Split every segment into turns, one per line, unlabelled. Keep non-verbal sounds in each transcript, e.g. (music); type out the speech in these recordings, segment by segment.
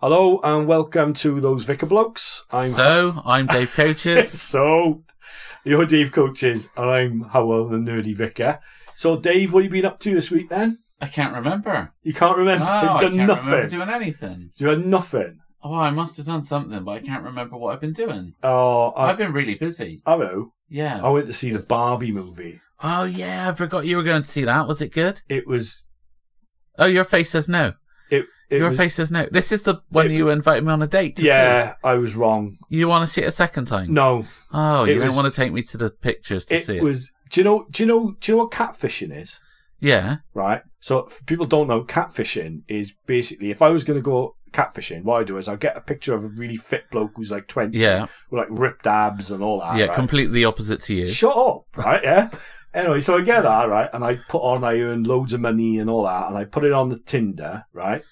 Hello and welcome to those Vicar Blokes. I'm
So, I'm Dave Coaches.
(laughs) so you're Dave Coaches, and I'm Howell the Nerdy Vicar. So Dave, what have you been up to this week then?
(laughs) I can't remember.
You can't remember.
No, I
You've done
can't remember
nothing.
doing anything.
You've done nothing.
Oh, I must have done something, but I can't remember what I've been doing.
Oh, I,
I've been really busy.
hello. I
Yeah.
went to see the Barbie movie.
Oh, yeah. I forgot you were going to see that. Was it good?
It was
Oh, your face says no.
it. it
your
was,
face says no. This is the one
It-
you invited me on a date to see.
Yeah, I was wrong.
You want to see it a second time?
No,
Oh,
It
you
was-
don't want to take me to the pictures to
it
see it.
was. Do you know? Do you know? Do you know what catfishing is?
Yeah.
right? So if people don't know catfishing is basically if I was going to go catfishing, what I do is I get a picture of a really fit bloke who's like twenty,
Yeah.
with like ripped abs and all that.
yeah.
right?
Completely opposite to you.
Shut up, right? Yeah. (laughs) Anyway, so I get that right, and I put on I earn loads of money and all that, and I put it on the Tinder, right?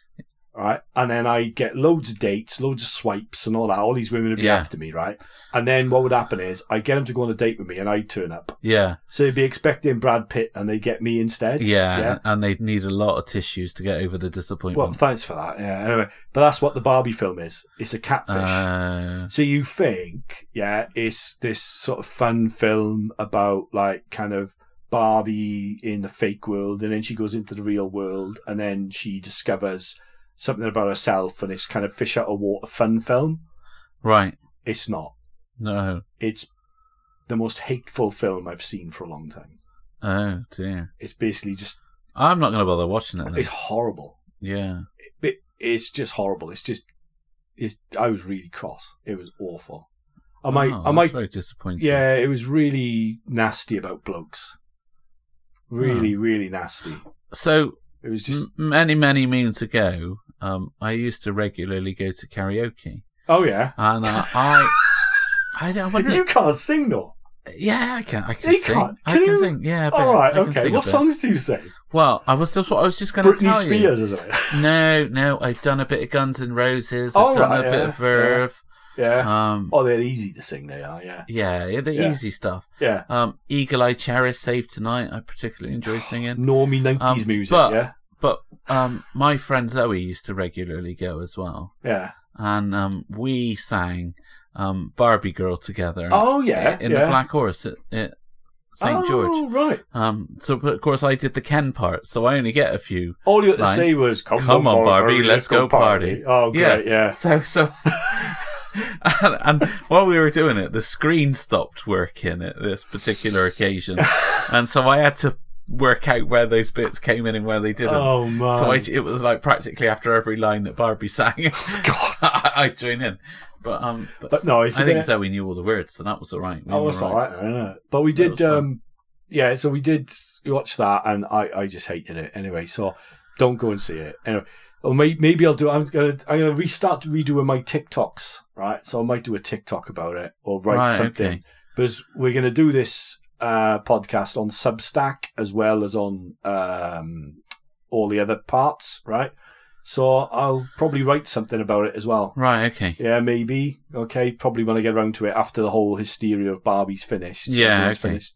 Right, and then I get loads of dates, loads of swipes, and all that. All these women would be
Yeah.
after me, right? And then what would happen is I get them to go on a date with me, and I turn up.
Yeah.
So they'd be expecting Brad Pitt, and they get me instead.
Yeah. And they'd need a lot of tissues to get over the disappointment.
Well, thanks for that. Yeah. Anyway, but that's what the Barbie film is. It's a catfish.
Uh,
so you think, yeah, it's this sort of fun film about like kind of Barbie in the fake world, and then she goes into the real world, and then she discovers something about herself, and it's kind of fish out of water fun film.
right.
It's not.
No.
It's the most hateful film I've seen for a long time.
Oh dear.
It's basically just
I'm not going to bother watching it. Then.
it's horrible.
Yeah.
it, it's just horrible. It's just, it's, I was really cross. It was awful. I might,
Oh,
I
that's
might,
Very disappointing.
yeah, it was really nasty about blokes. Really, really nasty.
So
It was just,
m- many, many moons ago, um, I used to regularly go to karaoke,
oh yeah. (laughs)
and uh, I, I don't I wonder.
You can't sing though.
yeah, I can. I can
You
sing.
can't.
I
Can
can
you?
sing. Yeah. a bit.
All right,
I can
okay.
sing a
What
bit.
songs do you say?
Well, I was just. I was just going to
Britney
tell you.
Spears, is it?
(laughs) No, no. I've done a bit of Guns and Roses.
All
I've done
right,
a bit
yeah,
of Verve.
Yeah.
Um.
oh, they're easy to sing. They are. Yeah.
Yeah, yeah, the
Yeah.
easy stuff.
Yeah.
Um, Eagle Eye Cherry, Save Tonight. I particularly enjoy singing.
Normie
Um,
nineties music.
but-
yeah.
But um, my friend Zoe used to regularly go as well,
Yeah.
and um, we sang um, Barbie Girl together.
Oh yeah.
in
yeah.
the Black Horse at, at St
oh,
George.
Right.
Um, so but of course I did the Ken part, so I only get a few.
All you had to
Lines.
say was, "Come,
Come on, Barbie, let's go party."
Oh, great. yeah.
So so. (laughs) and, and while we were doing it, the screen stopped working at this
(laughs)
particular occasion, and so I had to work out where those bits came in and where they didn't.
Oh man!
(laughs) So I, it was like practically after every line that Barbie sang, (laughs)
God.
I, I join in. But um,
(laughs)
but,
But no, it's
I think
been-
Zoe knew all the words, so that was all right. We
Oh,
were
it's all right. I don't know. But we did.
was fun.
um Yeah, so we did watch that, and I I just hated it anyway. So don't go and see it. Anyway, or may, maybe I'll do. I'm gonna I'm gonna restart redoing my TikToks. Right, so I might do a TikTok about it or write
Right,
something.
okay.
Because we're gonna do this uh podcast on Substack as well as on um all the other parts. Right. So I'll probably write something about it as well.
Right. Okay.
Yeah, maybe. Okay, probably when I get around to it after the whole hysteria of Barbie's finished.
Yeah,
everyone's
okay.
finished.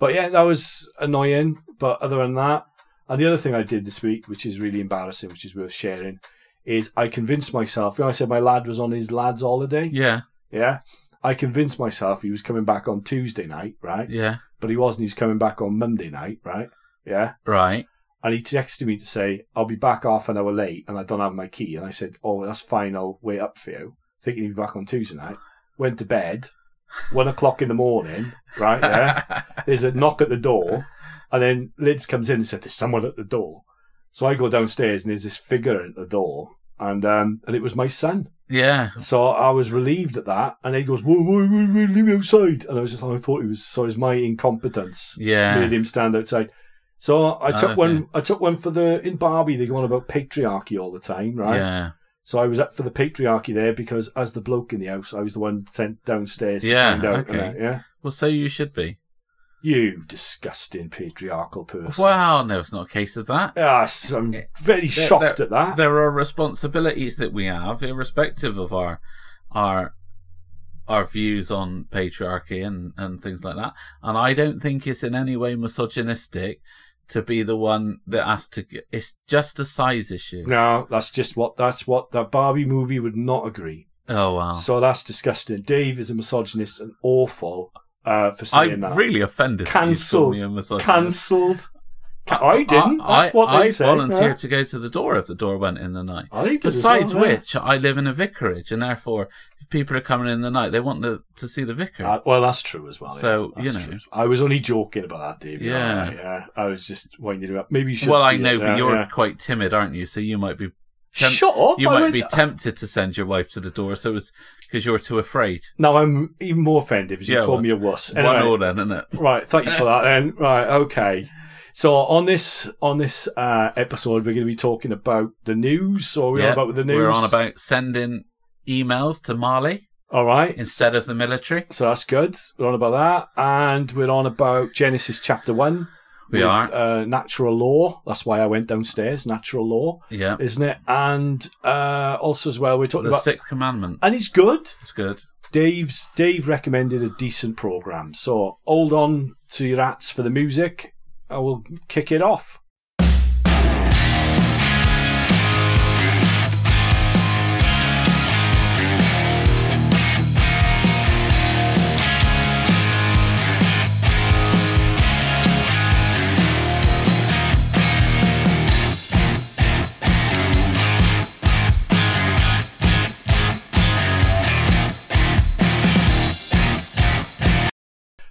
But yeah, that was annoying. But other than that, and the other thing I did this week, which is really embarrassing, which is worth sharing, is I convinced myself. You know, I said my lad was on his lad's holiday.
Yeah.
Yeah. I convinced myself he was coming back on Tuesday night, right?
Yeah.
But he wasn't. He was coming back on Monday night, right? Yeah.
Right.
And he texted me to say, I'll be back half an hour late and I don't have my key. And I said, Oh, that's fine. I'll wait up for you. Thinking he'd be back on Tuesday night. Went to bed, one o'clock in the morning, right?
(laughs)
Yeah. There's a knock at the door. And then Lids comes in and said, There's someone at the door. So I go downstairs and there's this figure at the door. And um, and it was my son.
yeah.
So I was relieved at that. And he goes, Whoa, whoa, whoa, whoa, leave me outside. And I was just, I thought it was, so it was my incompetence made
Yeah.
him stand outside. So I
Oh,
took
okay.
one. I took one for the in Barbie. They go on about patriarchy all the time, right?
Yeah.
So I was up for the patriarchy there because as the bloke in the house, I was the one sent downstairs to
Yeah,
find out.
okay.
and that, yeah,
Well, so you should be.
you disgusting patriarchal person.
Well, no, it's not a case of that.
Ah, so I'm very
There-
shocked
there-
at that.
There are responsibilities that we have, irrespective of our our our views on patriarchy and and things like that. And I don't think it's in any way misogynistic to be the one that has to. Get, it's just a size issue.
No, that's just what that's what that Barbie movie would not agree.
Oh wow!
So that's disgusting. Dave is a misogynist and awful uh, for saying
I'm
that.
really offended. that you
Cancel.
saw me a misogynist.
Cancelled. Ca- I didn't.
I,
that's what
I,
they
I
say.
volunteered to go to the door if the door went in the night.
Yeah. I did as
Besides
well, yeah.
which, I live in a vicarage, and therefore, if people are coming in the night, they want the, to see the vicar.
Uh, well, that's true as well.
So,
yeah. That's
you know.
true. I was only joking about that, Dave. You're
Yeah.
all right, yeah. I was just winding you up. Maybe you should.
well, I
see it
know,
now,
but you're
yeah.
quite timid, aren't you? So you might be temp-
Shut up!
you
I
might
went-
be tempted to send your wife to the door. So it's because you're too afraid.
No, I'm even more offended because you
Yeah,
called
well,
me a wuss.
One
Anyway,
all then, isn't it?
Right, thank you for that. Then, right, okay. So on this on this uh, episode, we're going to be talking about the news. So are we on
Yeah,
about with the news?
We're on about sending emails to Mali
All right.
instead of the military.
So that's good. We're on about that, and we're on about Genesis chapter one.
We
with,
are.
uh, natural law. That's why I went downstairs. Natural law,
Yeah.
isn't it? And uh, also as well, we're talking
The
about.
sixth commandment.
and it's good.
It's good.
Dave's Dave recommended a decent program, so hold on to your hats for the music. I will kick it off.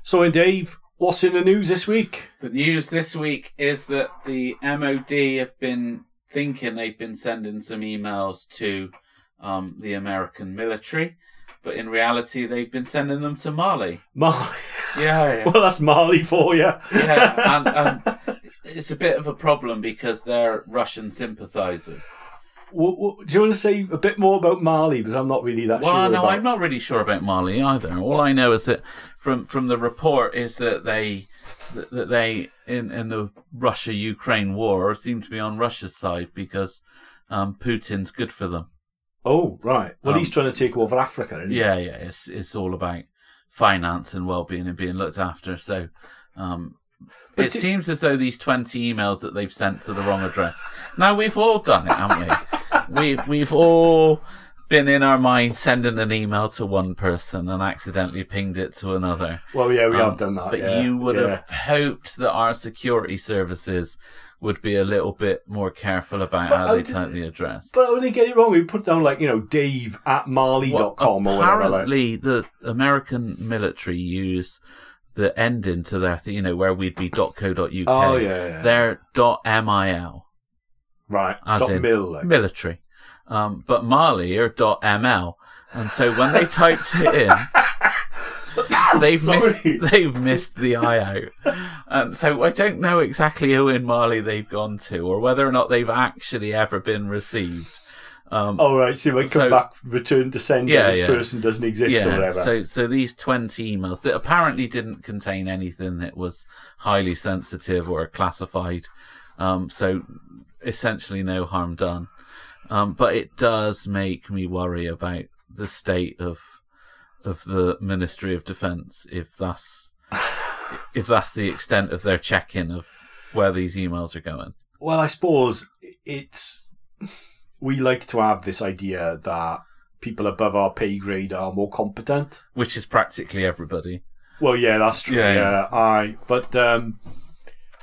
So, and Dave, what's in the news this week? (laughs)
The news this week is that the MOD have been thinking they've been sending some emails to um, the American military, but in reality they've been sending them to Mali.
Marley.
Yeah, yeah.
Well, that's Marley for you.
yeah. And, and it's a bit of a problem because they're Russian sympathisers.
W- w- do you want to say a bit more about Marley? Because I'm not really that
Well,
sure.
no,
about.
I'm not really sure about Mali either. All I know is that from from the report is that they that that they in in the Russia Ukraine war seem to be on Russia's side because um, Putin's good for them.
Oh, right. Well,
Um,
he's trying to take over Africa. Isn't he?
Yeah, yeah. It's it's all about finance and well being and being looked after. So. Um,
But
it
do-
seems as though these 20 emails that they've sent to the wrong address. Now, we've all done it,
(laughs)
haven't we? we've, we've all been in our mind sending an email to one person and accidentally pinged it to another.
Well, yeah, we
Um,
have done that.
But
yeah,
you would
yeah.
have hoped that our security services would be a little bit more careful about
But
how they
how did
type the address.
But oh, they get it wrong. We put down like you know Dave at
Well,
Marley.com or whatever. Like.
apparently, the American military use the ending to their, thing, you know, where we'd be .co.uk.
Oh yeah, yeah.
They're .mil,
right.
as
Dot
in
mil. Like.
military. Um, but Mali are .ml. And so when they typed it
(laughs)
in, they've missed,
Sorry.
they've missed the I out. And so I don't know exactly who in Mali they've gone to or whether or not they've actually ever been received. Um,
All right. So we come
So-
back, return to sender.
Yeah,
this
yeah.
person doesn't exist or whatever.
So, so these 20 emails that apparently didn't contain anything that was highly sensitive or classified. Um, so essentially no harm done. Um, but it does make me worry about the state of, of the Ministry of Defense if that's, (sighs) if that's the extent of their check-in of where these emails are going.
Well, I suppose it's we like to have this idea that people above our pay grade are more competent.
Which is practically everybody.
Well, yeah, that's true.
Yeah,
Yeah,
yeah.
aye. But um,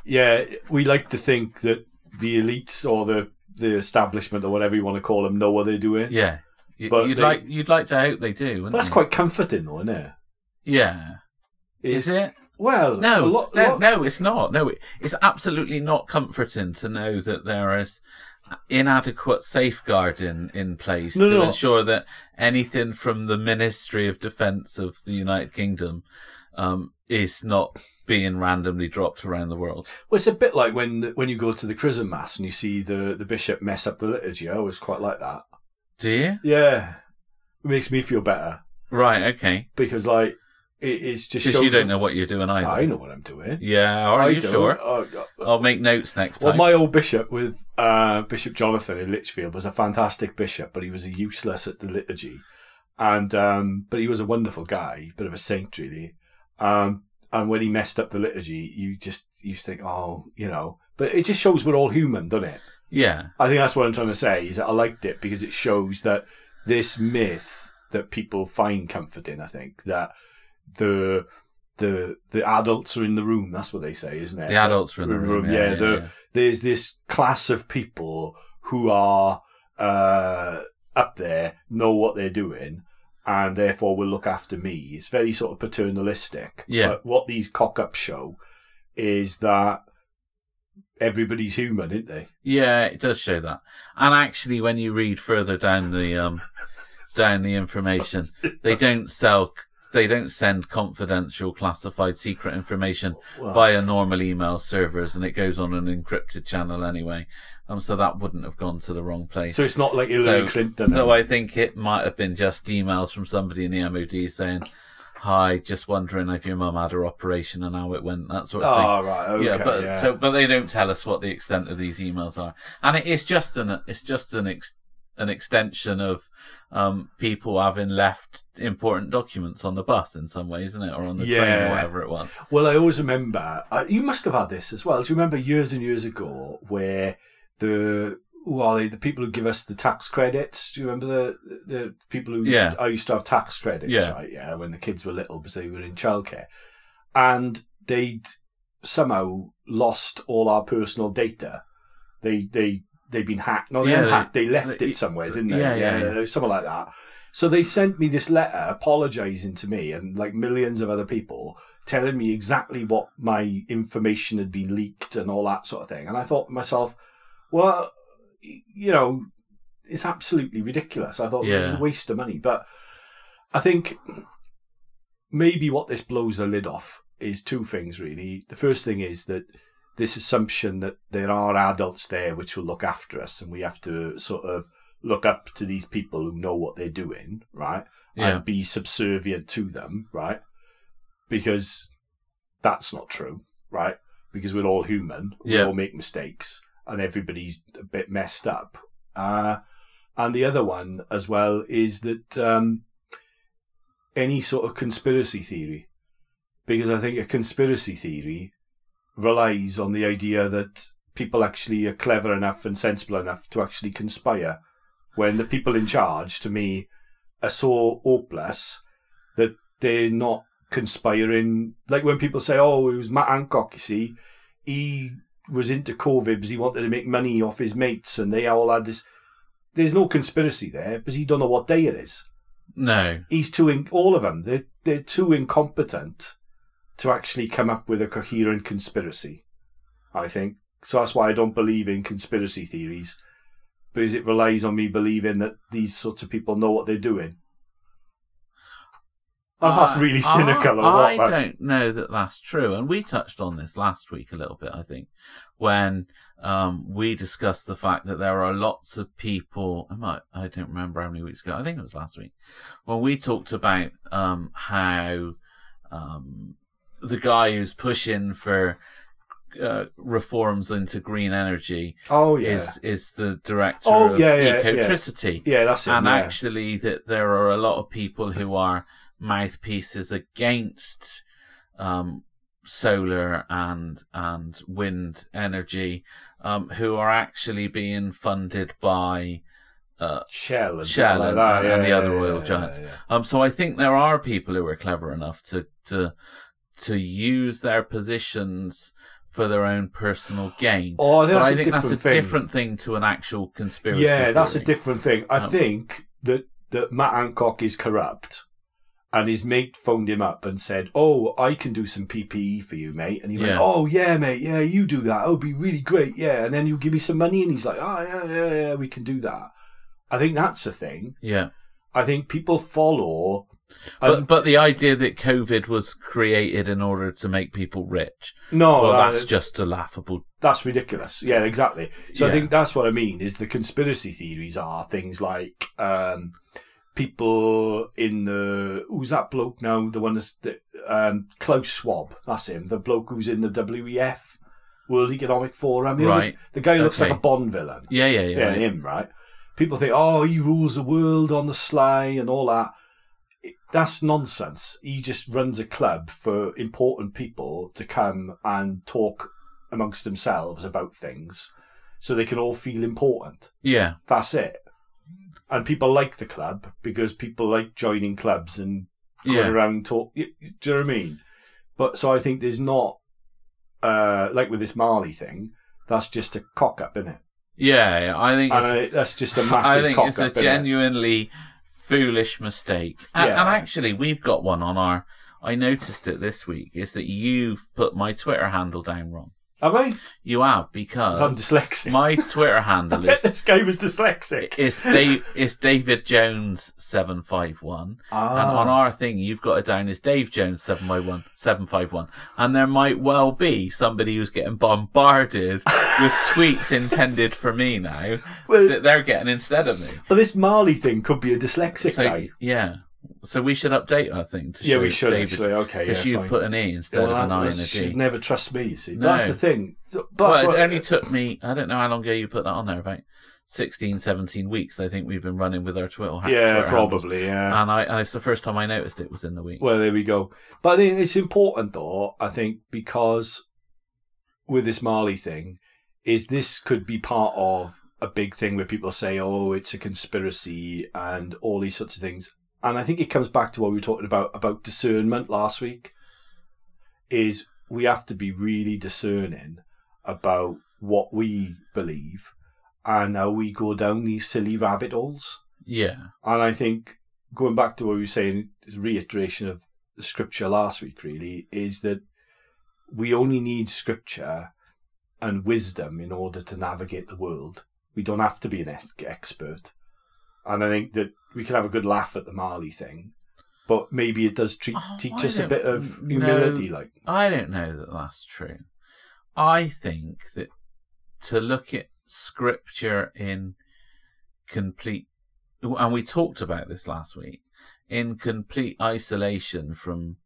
yeah, we like to think that the elites or the the establishment or whatever you want to call them know what they're doing.
Yeah. You,
But
you'd
they-
like you'd like to hope they do. wouldn't
That's
you?
quite comforting, though, isn't it?
yeah. Is it?
Well, a
No,
lot,
no,
lot-
no, it's not. No, it- it's absolutely not comforting to know that there is inadequate safeguarding in place
No,
to
no.
ensure that anything from the Ministry of Defence of the United Kingdom um, is not being randomly dropped around the world.
Well, it's a bit like when the, when you go to the chrism mass and you see the the bishop mess up the liturgy. I always quite like that.
Do you?
Yeah, it makes me feel better.
Right. Okay.
because like it, it's just
Because you
shows
don't know what you're doing either.
I know what I'm doing.
Yeah. Are
I
you
don't.
sure?
Oh, God.
I'll make notes next
well,
time.
my old bishop with uh, Bishop Jonathan in Lichfield was a fantastic bishop, but he was a useless at the liturgy. And um, but he was a wonderful guy, bit of a saint really. Um, and when he messed up the liturgy, you just you just think, oh, you know, But it just shows we're all human, doesn't it?
Yeah.
I think that's what I'm trying to say is that I liked it because it shows that this myth that people find comfort in, I think, that the the the adults are in the room, that's what they say, isn't it?
The adults are in the room. Yeah, yeah,
uh, the,
yeah.
there's this class of people who are uh, up there, know what they're doing, and therefore will look after me. It's very sort of paternalistic.
Yeah.
But what these cock ups show is that everybody's human, isn't they?
Yeah, it does show that. And actually, when you read further down the um, down
(laughs)
the information, they don't sell, they don't send confidential, classified, secret information
Oh, Well,
via normal email servers, and it goes on an encrypted channel anyway. Um, so that wouldn't have gone to the wrong place.
so it's not like Hillary Clinton.
so I think it might have been just emails from somebody in the MOD saying, "Hi, just wondering if your mum had her operation and how it went, that sort of thing."
oh, right. Okay.
yeah, but so but they don't tell us what the extent of these emails are, and it is just an it's just an ex, an extension of um, people having left important documents on the bus in some way, isn't it, or on the train
Yeah.
or whatever it was.
Well, I always remember. I, you must have had this as well. Do you remember years and years ago where the who are they? The people who give us the tax credits. Do you remember the the people who?
Yeah.
Used, I used to have tax credits.
Yeah.
Right. Yeah. When the kids were little, because they were in childcare, and they'd somehow lost all our personal data. They they they'd been hacked. No, they
Yeah,
yeah,
they-
hacked. They left
they- e-
it somewhere, didn't they?
yeah, yeah,
something like that. So they sent me this letter apologizing to me and like millions of other people telling me exactly what my information had been leaked and all that sort of thing. And I thought to myself, well, y- you know, it's absolutely ridiculous. I thought it was
Yeah.
a waste of money. But I think maybe what this blows the lid off is two things really. The first thing is that this assumption that there are adults there which will look after us and we have to sort of look up to these people who know what they're doing, right?
Yeah,
And be subservient to them, right? Because that's not true, right? Because we're all human, we
Yeah.
all make mistakes, and everybody's a bit messed up. Uh, and the other one as well is that um, any sort of conspiracy theory, because I think a conspiracy theory relies on the idea that people actually are clever enough and sensible enough to actually conspire when the people in charge to me are so hopeless that they're not conspiring like when people say oh it was matt hancock you see he was into covid because he wanted to make money off his mates and they all had this there's no conspiracy there because he don't know what day it is
no,
he's too in, all of them they're, they're too incompetent to actually come up with a coherent conspiracy i think so that's why i don't believe in conspiracy theories because it relies on me believing that these sorts of people know what they're doing Oh, that's
(laughs) I-
really cynical. or
Ah, I,
what, man?
I don't know that that's true. And we touched on this last week a little bit, I think, when um, we discussed the fact that there are lots of people. I might, I don't remember how many weeks ago. I think it was last week when we talked about um, how um, the guy who's pushing for uh, reforms into green energy
oh yeah
is is the director
Oh,
of
yeah, yeah, yeah.
ecotricity
yeah that's it
and
yeah.
actually that there are a lot of people who are mouthpieces against um, solar and and wind energy um, who are actually being funded by uh,
shell and,
Shell
like
and-
that,
and
yeah,
the
yeah,
other
yeah,
oil
yeah,
giants.
yeah.
um, so I think there are people who are clever enough to to to use their positions for their own personal gain.
oh I think
But
that's
I
a
think that's a
different thing.
different thing to an actual conspiracy.
Yeah, that's a
theory.
different thing. I
Um,
think that that Matt Hancock is corrupt, and his mate phoned him up and said, "Oh, I can do some PPE for you, mate." And he
Yeah.
went, "Oh yeah, mate, yeah, you do that. It'll be really great, yeah." And then you give me some money, and he's like, "Oh yeah, yeah, yeah, we can do that." I think that's a thing.
Yeah.
I think people follow.
But,
and-
but the idea that COVID was created in order to make people rich,
no,
well,
Oh, that-
that's just a laughable.
that's ridiculous. Yeah, exactly. So
Yeah.
I think that's what I mean is the conspiracy theories are things like um, people in the who's that bloke now? The one that's the, um, Klaus Schwab. That's him. The bloke who's in the WEF World Economic Forum. You know,
Right.
The, the guy who looks
Okay.
like a Bond villain
Yeah, yeah,
yeah,
yeah. yeah.
him, right? People think, oh, he rules the world on the sly and all that. It- That's nonsense. He just runs a club for important people to come and talk amongst themselves about things so they can all feel important.
Yeah.
That's it. And people like the club because people like joining clubs and going
Yeah.
around talk. y- y- Do you know what I mean? But so I think there's not, uh, like with this Marley thing, that's just a cock up, isn't it?
Yeah. yeah, I think
And
it's,
I, that's just a
I
massive
think
cock
it's
up.
a
innit?
genuinely foolish mistake. And,
Yeah.
and actually, we've got one on our. I noticed it this week. Is that you've put my Twitter handle down wrong?
Have I? 'Cause
You have because
I'm dyslexic.
Uh, my Twitter
I (laughs)
handle
bet (laughs)
is
this guy was dyslexic.
is Dave is David Jones seven five one, and
Ah.
on our thing you've got it down as Dave Jones seven five one seven five one, and there might well be somebody who's getting bombarded
(laughs)
with tweets intended for me now
Well-
that they're getting instead of me.
but this Marley thing could be a dyslexic
So
guy.
yeah, so we should update our thing to
Yeah,
show
we should
David,
actually. Okay, yeah,
because you
fine.
put an e instead
Well,
of an
that-
i and a
that
d.
should never trust me. You see,
No.
that's the thing. So- but that's
Well,
what-
it only took me, I don't know how long ago you put that on there, about 16, 17 weeks, I think we've been running with our Twitter. ha-
yeah,
Twitter handles.
probably. Yeah.
And I, and it's the first time I noticed it was in the week.
Well, there we go. But I think it's important, though. I think because with this Marley thing, is this could be part of a big thing where people say, "Oh, it's a conspiracy" and all these sorts of things. And I think it comes back to what we were talking about about discernment last week. Is we have to be really discerning about what we believe and how we go down these silly rabbit holes.
Yeah.
And I think going back to what we were saying, this reiteration of the scripture last week, really, is that we only need scripture and wisdom in order to navigate the world. We don't have to be an ex- expert. And I think that we can have a good laugh at the Marley thing, but maybe it does treat,
Oh,
teach
I
us a
don't
bit of
know.
humility. Like,
I don't know that that's true. I think that to look at scripture in complete, and we talked about this last week, in complete isolation from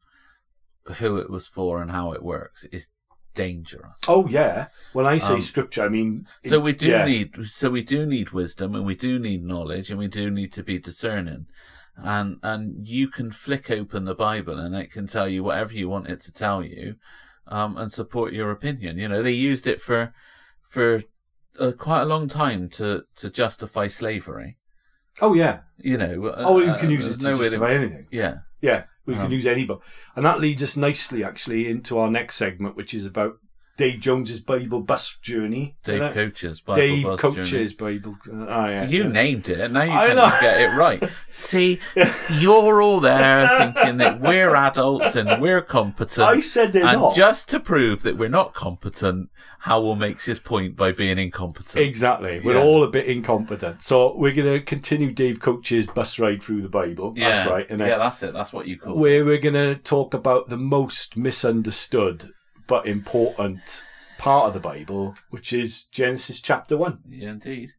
who it was for and how it works is dangerous.
oh yeah, when I say
Um,
scripture, I mean
So we do
yeah.
need, so we do need wisdom, and we do need knowledge, and we do need to be discerning, and and you can flick open the Bible, and it can tell you whatever you want it to tell you, um, and support your opinion. You know, they used it for for uh, quite a long time to to justify slavery.
Oh yeah.
You know, uh,
Oh, you
uh,
can use
there's
it to
no way they-
justify anything.
Yeah,
Yeah, we can
Um,
use any book. And that leads us nicely, actually, into our next segment, which is about Dave Jones's Bible bus journey.
Dave
Isn't it?
Coaches, Bible
Dave
Buzz Journey.
Coach's Bible. Oh, yeah.
You
yeah.
named it. Now you
I
can
know.
get
(laughs)
it right. See, you're all there thinking that we're adults and we're competent.
I said they're
and
not.
just to prove that we're not competent, Howell makes his point by being incompetent.
Exactly. We're
Yeah.
all a bit incompetent. So we're going to continue Dave Coach's bus ride through the Bible.
yeah.
That's right. And
yeah, that's it. That's what you call it.
where we're going to talk about the most misunderstood but important part of the Bible, which is Genesis chapter 1.
Yeah, indeed.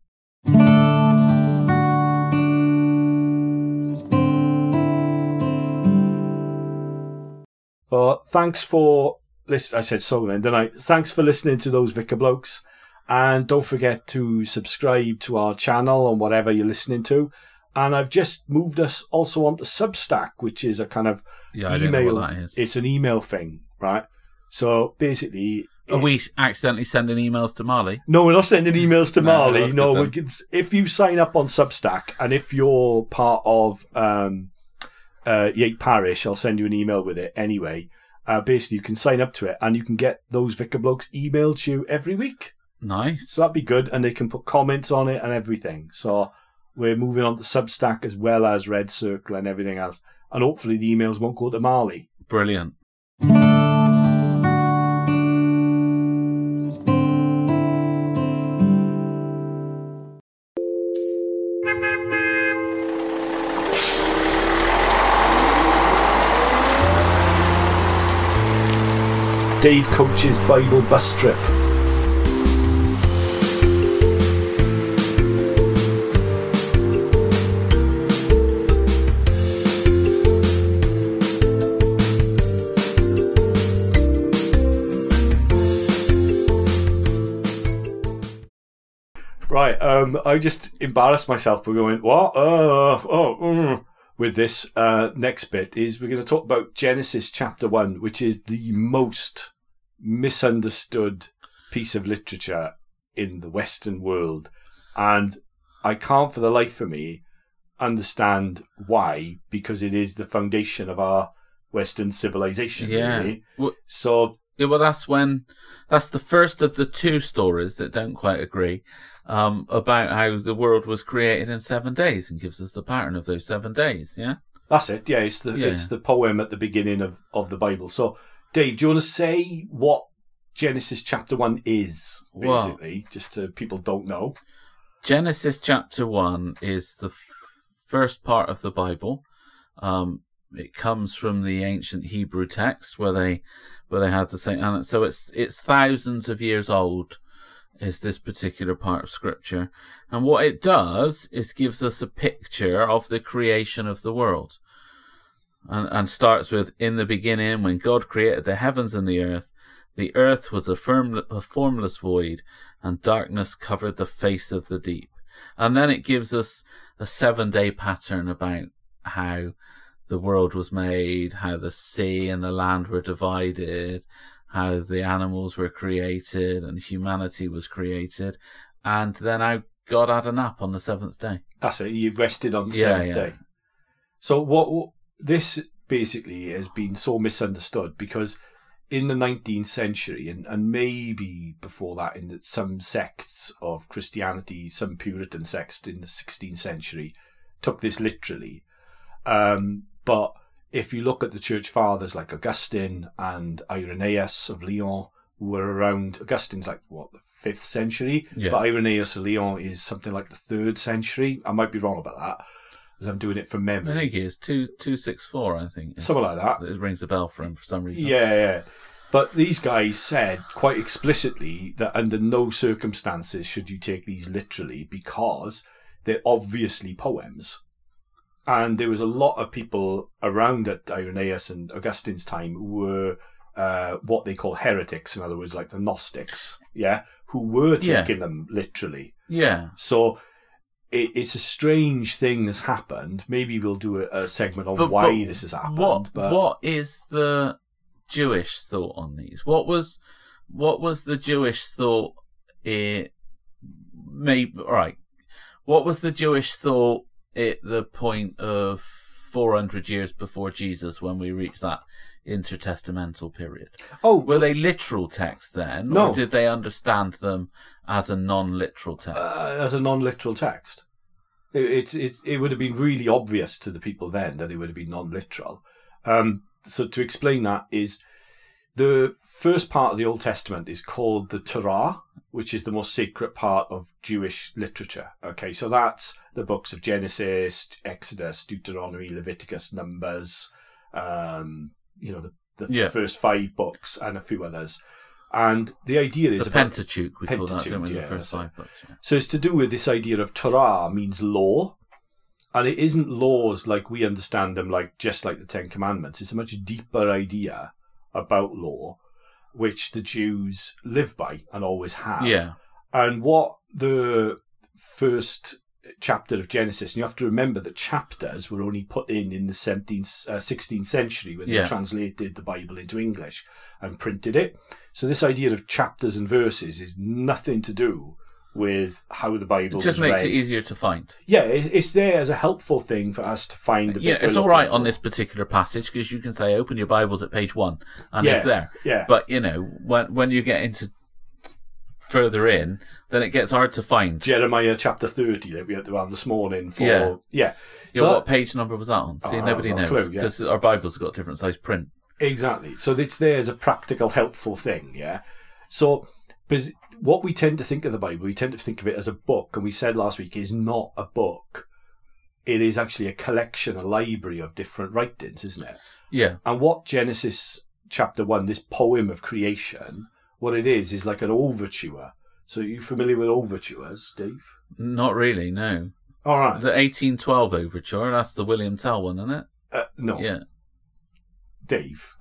But thanks for listen. I said so then, didn't I? Thanks for listening to those Vicar Blokes, and don't forget to subscribe to our channel on whatever you're listening to. And I've just moved us also onto Substack, which is a kind of
Yeah, I don't know
email.
what that is.
It's an email thing, right? So basically,
Are we accidentally sending emails to Marley?
no, we're not sending emails to
No,
Marley.
that's
No,
good
we
then.
can, if you sign up on Substack and if you're part of um, uh, Yate Parish, I'll send you an email with it anyway. Uh, basically, you can sign up to it and you can get those Vicar Blokes emailed to you every week.
Nice.
So that'd be good. And they can put comments on it and everything. So we're moving on to Substack as well as Red Circle and everything else. And hopefully the emails won't go to Marley.
Brilliant.
Dave Coach's Bible Bus Trip. Right, um, I just embarrassed myself by going, what? Uh, oh, mm. With this uh, next bit is we're going to talk about Genesis chapter 1, which is the most misunderstood piece of literature in the Western world, and I can't for the life of me understand why, because it is the foundation of our Western civilization.
Yeah.
Really.
Well-
So
Yeah, well, that's when that's the first of the two stories that don't quite agree um, about how the world was created in seven days, and gives us the pattern of those seven days. Yeah,
that's it. Yeah, it's the
Yeah.
it's the poem at the beginning of of the Bible. So, Dave, do you want to say what Genesis chapter one is
Wow.
basically, just to people don't know?
Genesis chapter one is the f- first part of the Bible. Um, it comes from the ancient Hebrew text where they where they had the same, and so it's it's thousands of years old. Is this particular part of scripture, and what it does is gives us a picture of the creation of the world, and and starts with in the beginning when God created the heavens and the earth. The earth was a, firm, a formless void, and darkness covered the face of the deep. And then it gives us a seven day pattern about how the world was made, how the sea and the land were divided, how the animals were created, and humanity was created, and then how God had a nap on the seventh day.
That's it. You rested on the
Yeah,
seventh
yeah.
day. So what, what this basically has been so misunderstood because in the 19th century and, and maybe before that in some sects of Christianity, some Puritan sects in the 16th century took this literally. Um, but if you look at the church fathers like Augustine and Irenaeus of Lyon, who were around, Augustine's like, what, the 5th century?
Yeah.
But Irenaeus of Lyon is something like the 3rd century. I might be wrong about that, as I'm doing it from
I
memory.
think it's two two six four. I think is-
Something like that.
It rings a bell for him for some reason.
Yeah, yeah. But these guys said quite explicitly that under no circumstances should you take these literally because they're obviously poems. And there was a lot of people around at Irenaeus and Augustine's time who were uh, what they call heretics, in other words, like the Gnostics, yeah, who were taking
Yeah.
them literally.
yeah.
So it, it's a strange thing that's happened. Maybe we'll do a, a segment on
But-
why
but
this has happened.
What
but
what is the Jewish thought on these? What was what was the Jewish thought? It maybe all right. What was the Jewish thought at the point of four hundred years before Jesus when we reach that intertestamental period?
oh,
Were they literal texts then,
No.
or did they understand them as a non-literal text?
uh, as a non-literal text, it, it's it's it would have been really obvious to the people then that it would have been non-literal. Um, so to explain that is the first part of the Old Testament is called the Torah, which is the most sacred part of Jewish literature. Okay, so that's the books of Genesis, Exodus, Deuteronomy, Leviticus, Numbers, um, you know, the, the
Yeah.
first five books and a few others. And the idea is
the
about-
Pentateuch, we call that, don't
Pentateuch,
we? the
yeah,
first
that's it.
five books. yeah.
so it's to do with this idea of Torah means law, and it isn't laws like we understand them, like just like the Ten Commandments. It's a much deeper idea about law, which the Jews live by and always have.
Yeah,
And what the first chapter of Genesis, and you have to remember that chapters were only put in in the 17th, uh, 16th century when
Yeah.
they translated the Bible into English and printed it. So this idea of chapters and verses is nothing to do with how the Bible
it just
was
makes
read.
it easier to find.
Yeah, it- it's there as a helpful thing for us to find. The bit
yeah, it's
we're
all right
looking
on
for.
this particular passage because you can say open your Bibles at page one and
Yeah,
it's there.
yeah.
But you know, when when you get into further in, then it gets hard to find.
Jeremiah chapter thirty that we had to have this morning. For,
Yeah.
yeah,
Yeah,
So that-
what page number was that on? See,
Oh, I
nobody
haven't
knows
got a clue, yeah.
because our Bibles have got different size print.
Exactly. So it's there as a practical, helpful thing. Yeah. So, because what we tend to think of the Bible, we tend to think of it as a book, and we said last week is not a book. It is actually a collection, a library of different writings, isn't it?
Yeah,
And what Genesis chapter one, this poem of creation, what it is is like an overture. So, are you familiar with overtures, Dave?
not really. No,
All right.
the eighteen twelve overture. That's the William Tell one, isn't it?
Uh, no.
Yeah.
Dave.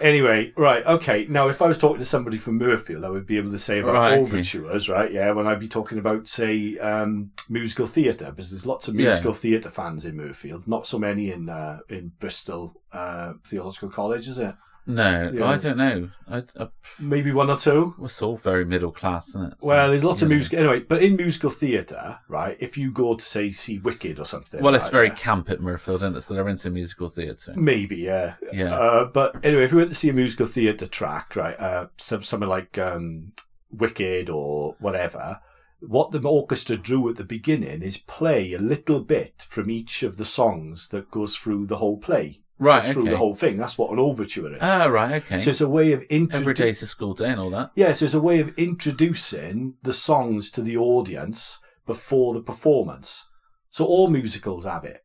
Anyway, right, okay. Now, if I was talking to somebody from Murfield, I would be able to say about
Right, okay.
overtures, right? Yeah, when I'd be talking about, say, um, musical theatre, because there's lots of
Yeah.
musical theatre fans in Murfield. Not so many in uh, in Bristol uh, Theological College, is it?
No,
Yeah.
I don't know. I, I,
Maybe one or two.
it's all very middle class, isn't it? So,
Well, there's lots of
you know.
musical anyway. But in musical theatre, right? If you go to say see Wicked or something,
Well, it's
right,
very
yeah.
camp at Murfield, isn't it? So they're into musical theatre.
maybe yeah.
Yeah.
Mm, Uh, but anyway, if we went to see a musical theatre track, right, uh, some something like um, Wicked or whatever, what the orchestra do at the beginning is play a little bit from each of the songs that goes through the whole play,
right.
through
Okay.
the whole thing. That's what an overture is.
Ah, right. Okay.
So it's a way of
Every
introducing.
day's a school day and all that.
Yeah, so it's a way of introducing the songs to the audience before the performance. So all musicals have it,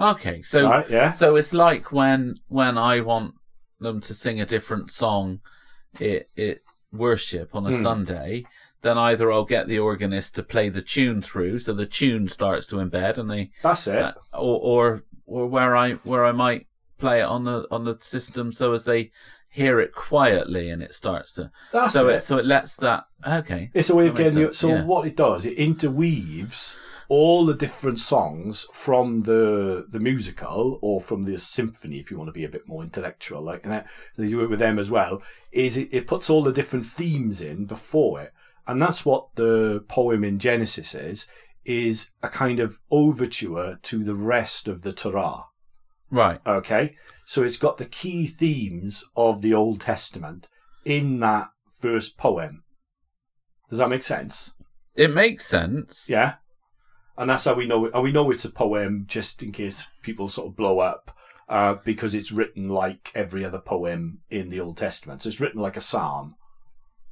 Okay. So
right? Yeah,
so it's like when when I want them to sing a different song, it it worship on a
Hmm.
Sunday. Then either I'll get the organist to play the tune through, so the tune starts to embed, and they
that's it.
Uh, or, or or where I where I might play it on the on the system so as they hear it quietly and it starts to
That's
so
it.
it so it lets that okay
It's a way of
That makes
getting you.
sense,
So
yeah.
what it does, it interweaves all the different songs from the the musical or from the symphony, if you want to be a bit more intellectual, like and that, they do it with them as well. Is it, it puts all the different themes in before it, and that's what the poem in Genesis is. Is a kind of overture to the rest of the Torah.
right
Okay, so it's got the key themes of the Old Testament in that first poem. Does that make sense?
it makes sense
Yeah, and that's how we know. It, and we know it's a poem, just in case people sort of blow up, uh, because it's written like every other poem in the Old Testament. So it's written like a psalm.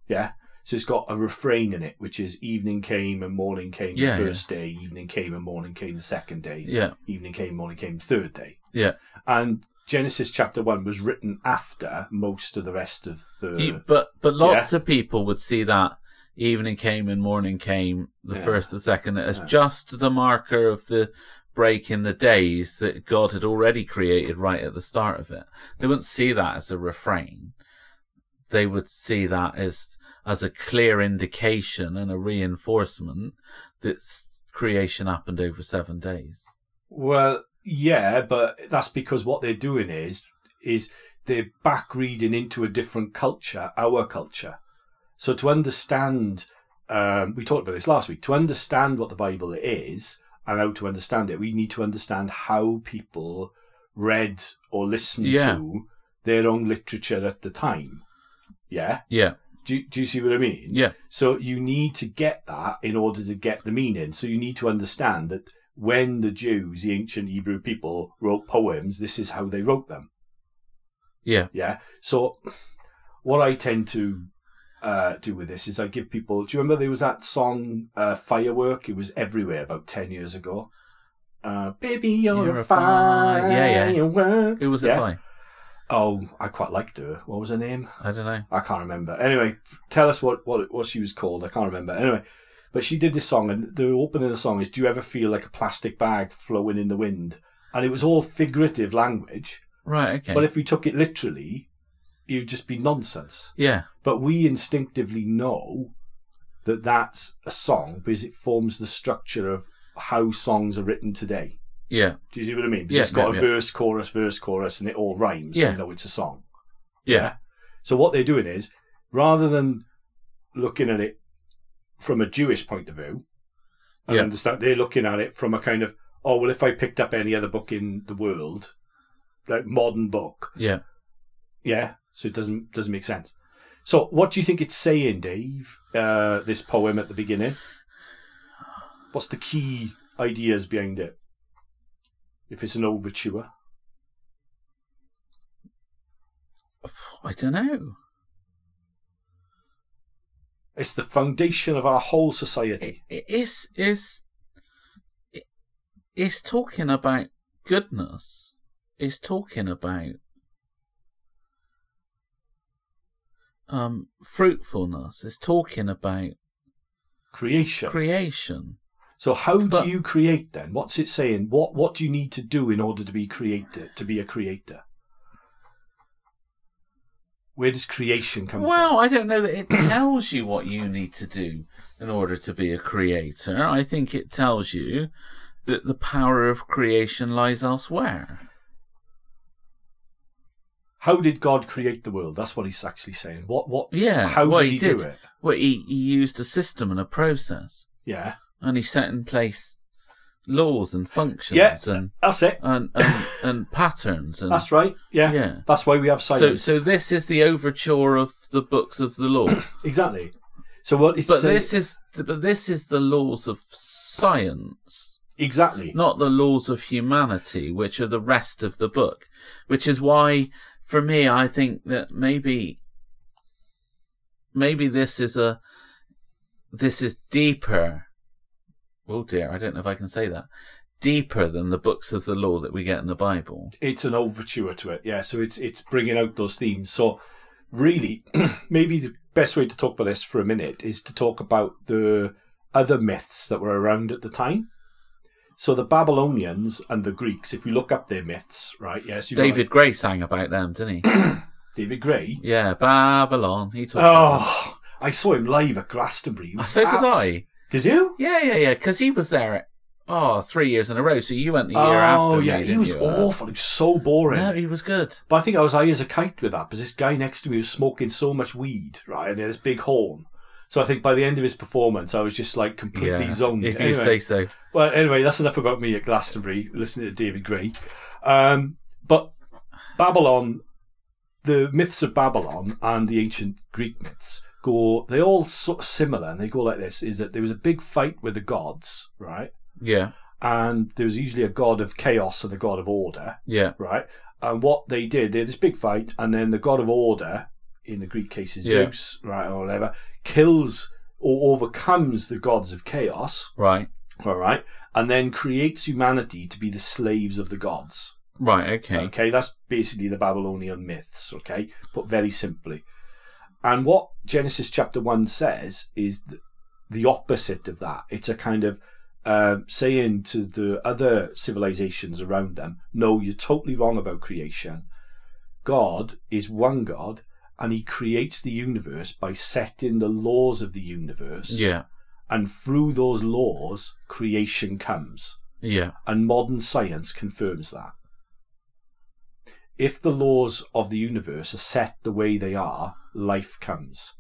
Yeah. So it's got a refrain in it, which is "Evening came and morning came
Yeah,
the first day, evening came and morning came the second day,
yeah
evening came, morning came the third day."
yeah,
And Genesis chapter one was written after most of the rest of the.
You- but but lots of people would see that evening came and morning came the
Yeah.
first the second as just the marker of the break in the days that god had already created right at the start of it they wouldn't see that as a refrain they would see that as as a clear indication and a reinforcement that s- creation happened over seven days.
Well, yeah, but that's because what they're doing is is they're back reading into a different culture, our culture. So to understand, um, we talked about this last week. To understand what the Bible is and how to understand it, we need to understand how people read or listened
Yeah.
to their own literature at the time. Yeah,
Yeah,
do you, do you see what I mean?
yeah,
So you need to get that in order to get the meaning. So you need to understand that when the Jews, the ancient Hebrew people, wrote poems, this is how they wrote them.
yeah.
Yeah. So what I tend to uh, do with this is I give people. Do you remember there was that song uh, "Firework"? It was everywhere about ten years ago. Uh, Baby, you're,
You're
a
a fire-
fire.
yeah, yeah.
yeah.
Who was it
Yeah.
by?
Oh, I quite liked her. What was her name?
I don't know.
I can't remember. Anyway, tell us what, what what she was called. I can't remember. Anyway, but she did this song, and the opening of the song is "Do you ever feel like a plastic bag flowing in the wind?" And it was all figurative language.
Right. Okay.
But if we took it literally, it would just be nonsense.
yeah.
But we instinctively know that that's a song because it forms the structure of how songs are written today.
Yeah.
Do you see what I mean? Because
Yeah,
it's got
yeah,
a
yeah.
verse, chorus, verse, chorus, and it all rhymes. So
Yeah.
you know it's a song.
Yeah.
So what they're doing is, rather than looking at it from a Jewish point of view, and
Yeah.
understand they're looking at it from a kind of, oh well, if I picked up any other book in the world, like modern book,
Yeah.
yeah, so it doesn't doesn't make sense. So what do you think it's saying, Dave? Uh, this poem at the beginning. What's the key ideas behind it? If it's an overture,
I don't know.
it's the foundation of our whole society.
It, it's it's it- it's talking about goodness. It's talking about um fruitfulness. It's talking about
Creation.
creation.
So how
But-
do you create then? What's it saying? What what do you need to do in order to be creator to be a creator? Where does creation come
Well, I don't know that it tells you what you need to do in order to be a creator. I think it tells you that the power of creation lies elsewhere.
from? How did God create the world? That's what he's actually saying. What? What?
Yeah,
How
well,
did
he
he,
did.
do it?
Well, he, he used a system and a process,
Yeah,
and he set in place laws and functions
Yeah.
and,
that's it.
and, and,
(laughs)
and patterns. And
That's right. Yeah,
Yeah.
That's why we have
so,
science.
so this is the overture of the books of the law.
exactly. So what? It's
but
saying-
this is but this is the laws of science.
exactly.
not the laws of humanity, which are the rest of the book, which is why, for me, I think that maybe, maybe this is a, this is deeper. Oh dear, I don't know if I can say that. Deeper than the books of the law that we get in the Bible.
it's an overture to it. Yeah, so it's it's bringing out those themes. So really, (clears throat) maybe the best way to talk about this for a minute is to talk about the other myths that were around at the time. So the Babylonians and the Greeks, if we look up their myths, right? Yes, you've got, like,
David Gray sang about them,
(coughs)
didn't he?
David Gray.
yeah, Babylon. He talked. about them. Oh,
Oh, I saw him live at Glastonbury. He was
so did
abs-
I.
Did you?
Yeah, yeah, yeah. Because he was there. Oh, three years in a row. So you went the year after.
oh
me,
yeah, he
didn't
was
you?
awful. He was so boring.
No, he was good.
But I think I was high as a kite with that because this guy next to me was smoking so much weed, right? And he had this big horn. So I think by the end of his performance, I was just like completely zoned.
If you
Anyway-
say so.
well, anyway, that's enough about me at Glastonbury listening to David Gray. Um, but Babylon, the myths of Babylon and the ancient Greek myths go, they all sort of similar and they go like this is that there was a big fight with the gods, right?
Yeah,
And there was usually a god of chaos and a god of order
yeah,
right? And what they did, they had this big fight, and then the god of order, in the Greek case is
Yeah.
Zeus, right, or whatever, kills or overcomes the gods of chaos,
right,
all right, and then creates humanity to be the slaves of the gods.
right, okay.
Okay, that's basically the Babylonian myths, okay, but very simply. And what Genesis chapter 1 says is th- the opposite of that. It's a kind of um, saying to the other civilizations around them, no, you're totally wrong about creation. God is one God, and He creates the universe by setting the laws of the universe.
Yeah,
And through those laws, creation comes
yeah,
and modern science confirms that. If the laws of the universe are set the way they are, life comes.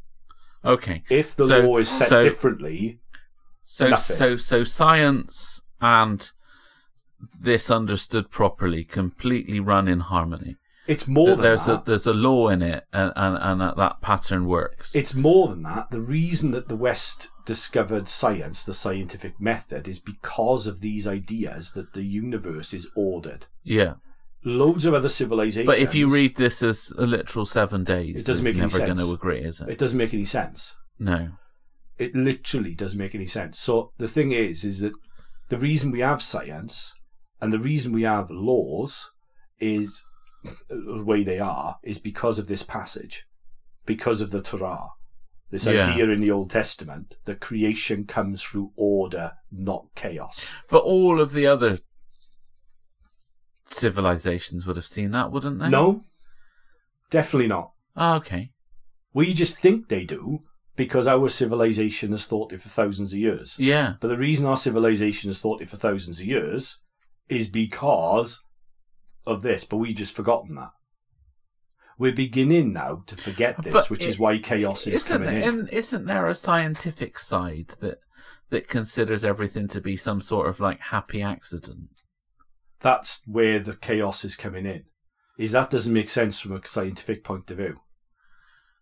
okay.
If the
So-
law is set
so-
differently,
So,
Nothing.
so, so, science and this understood properly completely run in harmony.
it's more than
there's
that.
a there's a law in it, and and, and that, that pattern works.
It's more than that. The reason that the West discovered science, the scientific method, is because of these ideas that the universe is ordered.
yeah,
Loads of other civilizations.
but if you read this as a literal seven days,
It doesn't
it's
make any
never
sense.
going to agree, is it?
it doesn't make any sense.
No.
it literally doesn't make any sense. So the thing is, is that the reason we have science and the reason we have laws is uh, the way they are is because of this passage, because of the Torah. This
Yeah.
idea in the Old Testament that creation comes through order, not chaos.
But all of the other civilizations would have seen that, wouldn't they?
No, definitely not.
Oh, okay.
We just think they do because our civilization has thought it for thousands of years.
Yeah.
But the reason our civilization has thought it for thousands of years is because of this, but we've just forgotten that. We're beginning now to forget this,
But
which
it-
is why chaos is
Isn't
coming
there,
in.
and isn't there a scientific side that that considers everything to be some sort of like happy accident?
That's where the chaos is coming in. Is that doesn't make sense from a scientific point of view.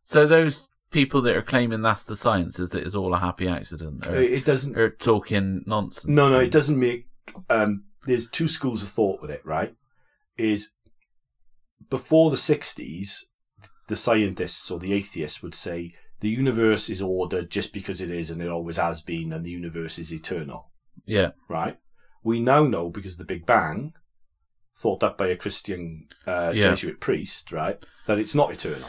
So those people that are claiming that's the science is that it's all a happy accident
It-
are,
It doesn't.
are talking nonsense.
No, no, it doesn't make. Um, there's two schools of thought with it, right? Is before the 60s, the scientists or the atheists would say the universe is ordered just because it is and it always has been, and the universe is eternal,
Yeah,
right? We now know because of the Big Bang, thought up by a Christian uh,
Yeah.
Jesuit priest, right, that it's not eternal.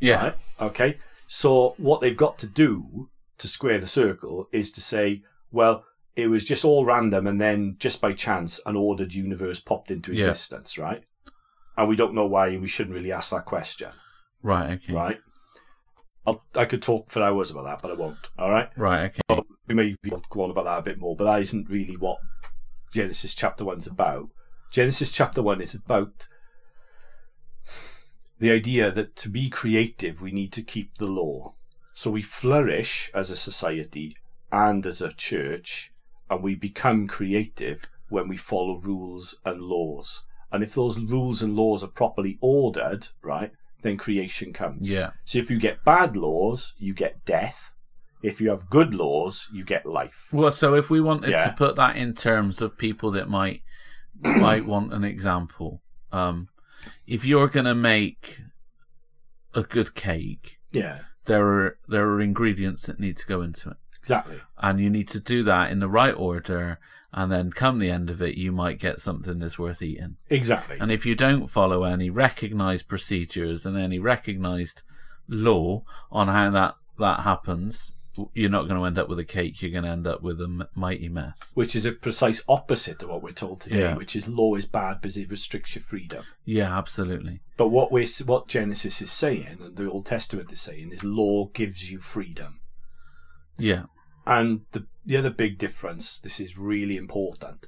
yeah,
Right? Okay. So what they've got to do to square the circle is to say, well, it was just all random, and then just by chance, an ordered universe popped into
Yeah.
existence, right? And we don't know why, and we shouldn't really ask that question,
right, okay, right,
right? I'll, I could talk for hours about that, but I won't. All right,
okay,
we may be able to go on about that a bit more, but that isn't really what Genesis chapter one's about. Genesis chapter one is about the idea that to be creative, we need to keep the law. So we flourish as a society and as a church, and we become creative when we follow rules and laws. And if those rules and laws are properly ordered, right, then creation comes.
Yeah.
So if you get bad laws, you get death. If you have good laws, you get life.
Well, so if we wanted
Yeah.
to put that in terms of people
(clears throat)
that might might want an example, um, if you're going to make a good cake,
Yeah,
there are there are ingredients that need to go into it,
exactly.
and you need to do that in the right order, and then come the end of it, you might get something that's worth eating.
Exactly.
And if you don't follow any recognized procedures and any recognized law on how that, that happens, you're not going to end up with a cake. You're going to end up with a m- mighty mess.
which is a precise opposite of what we're told today,
Yeah.
which is law is bad because it restricts your freedom.
Yeah, absolutely.
But what we what Genesis is saying and the Old Testament is saying is law gives you freedom.
Yeah.
And the the other big difference, this is really important,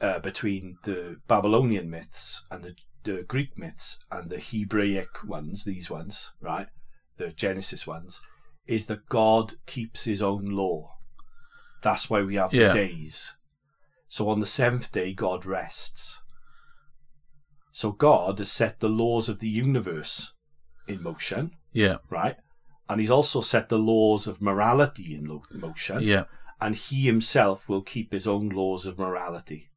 uh, between the Babylonian myths and the, the Greek myths and the Hebraic ones, these ones, right, the Genesis ones, is that God keeps His own law. That's why we have
Yeah.
the days. So on the seventh day, God rests. So God has set the laws of the universe in motion
Yeah.
right? And he's also set the laws of morality in lo- motion,
Yeah.
and he himself will keep his own laws of morality.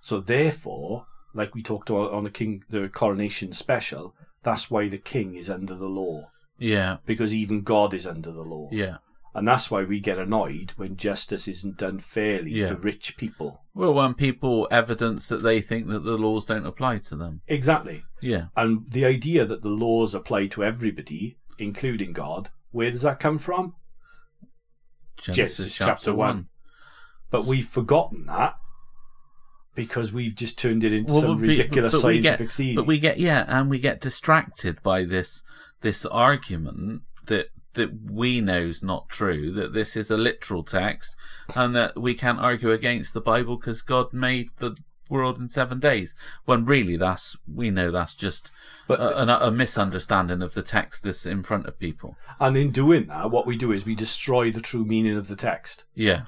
So therefore, like we talked about on the king, the coronation special, that's why the king is under the law
Yeah.
because even God is under the law,
Yeah.
and that's why we get annoyed when justice isn't done fairly
Yeah.
for rich people.
Well, when people evidence that they think that the laws don't apply to them.
Exactly,
Yeah.
and the idea that the laws apply to everybody, including God, where does that come from?
Genesis,
chapter
chapter,
one.
1.
But we've forgotten that because we've just turned it into some
but we-
ridiculous
but we
scientific
get,
theory.
But we get yeah, and we get distracted by this this argument that that we know's not true, that this is a literal text, and that we can't argue against the Bible because God made the world in seven days. When really, that's we know that's just
But-
a, an- a misunderstanding of the text that's in front of people.
and in doing that, what we do is we destroy the true meaning of the text
Yeah,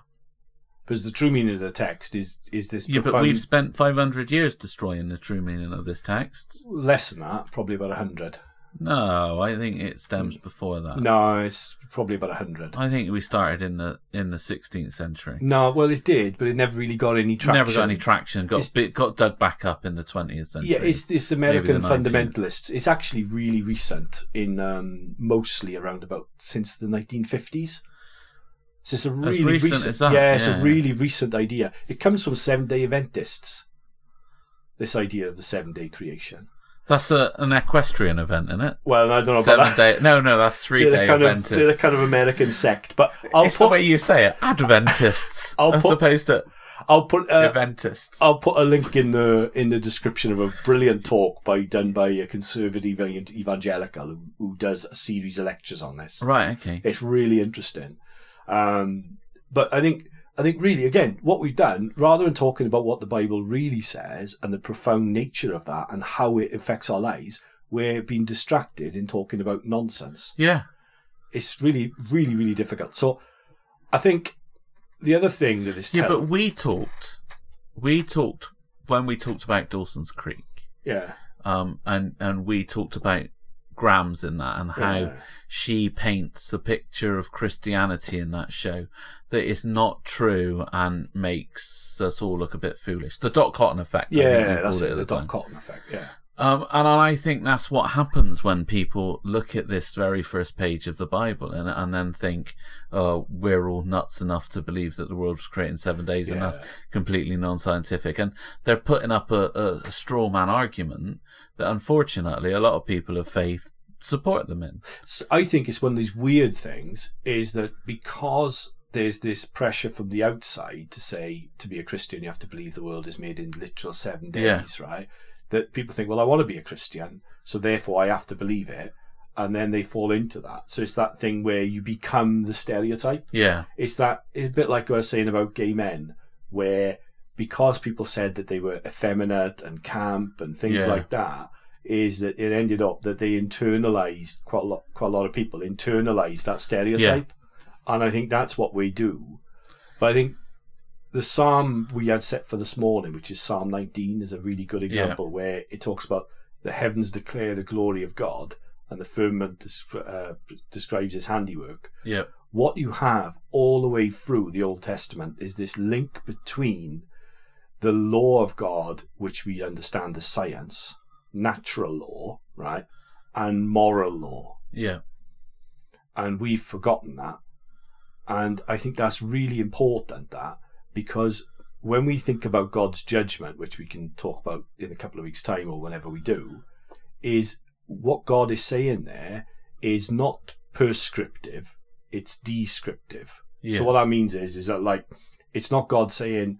because the true meaning of the text is is this
yeah, but
profound-
we've spent five hundred years destroying the true meaning of this text.
less than that, probably about hundred.
No, I think it stems before that.
No, it's probably about hundred.
I think we started in the in the 16th century.
No, well, it did, but it never really got any traction.
Never got any traction. Got
It's-
bit, got dug back up in the 20th century.
Yeah, it's this American
the 19th.
fundamentalists. It's actually really recent in um, mostly around about since the 1950s. So it's a really
recent as that,
yeah, it's a
yeah.
really recent idea. It comes from Seven Day Adventists. This idea of the seven day creation.
that's a, an equestrian event, isn't it?
Well, I don't know
Seven
about that.
day. No, no, that's three
they're the
day
kind
Adventists.
of they're the kind of American sect,
(laughs)
but I'll
it's the
put
way you say it, Adventists,
I'll
as
put-
opposed to
I'll put uh,
Adventists.
I'll put a link in the in the description of a brilliant talk by done by a conservative evan- evangelical who, who does a series of lectures on this.
Right. Okay.
It's really interesting. Um, but I think I think really again what we've done rather than talking about what the Bible really says and the profound nature of that and how it affects our lives, we're being distracted in talking about nonsense.
Yeah.
It's really really really difficult. So I think the other thing that is
Yeah,
tell-
but we talked. We talked when we talked about Dawson's Creek,
yeah
um, and and we talked about Grams in that and how.
Yeah.
she paints a picture of Christianity in that show that is not true and makes us all look a bit foolish. The Dot Cotton effect. I think we
yeah
called
that's
at
it, the
the time.
dot cotton effect yeah.
Um, and I think that's what happens when people look at this very first page of the Bible and, and then think, oh, we're all nuts enough to believe that the world was created in seven days and
Yeah.
that's completely non-scientific. And they're putting up a, a, a straw man argument that unfortunately a lot of people of faith support them in.
So I think it's one of these weird things is that because there's this pressure from the outside to say to be a Christian you have to believe the world is made in literal seven
Yeah.
days, right? That people think, well, I want to be a Christian, so therefore I have to believe it, and then they fall into that. So it's that thing where you become the stereotype.
Yeah.
It's that it's a bit like I was saying about gay men, where because people said that they were effeminate and camp and things
Yeah.
like that, is that it ended up that they internalized quite a lot, quite a lot of people internalized that stereotype, and I think that's what we do. But I think the psalm we had set for this morning, which is Psalm 19, is a really good example where it talks about the heavens declare the glory of God and the firmament descri- uh, describes his handiwork.
Yeah.
What you have all the way through the Old Testament is this link between the law of God, which we understand as science, natural law, right, and moral law
Yeah.
and we've forgotten that. And I think that's really important that because when we think about God's judgment, which we can talk about in a couple of weeks' time or whenever we do, is what God is saying there is not prescriptive, it's descriptive.
Yeah.
So what that means is is that like it's not God saying,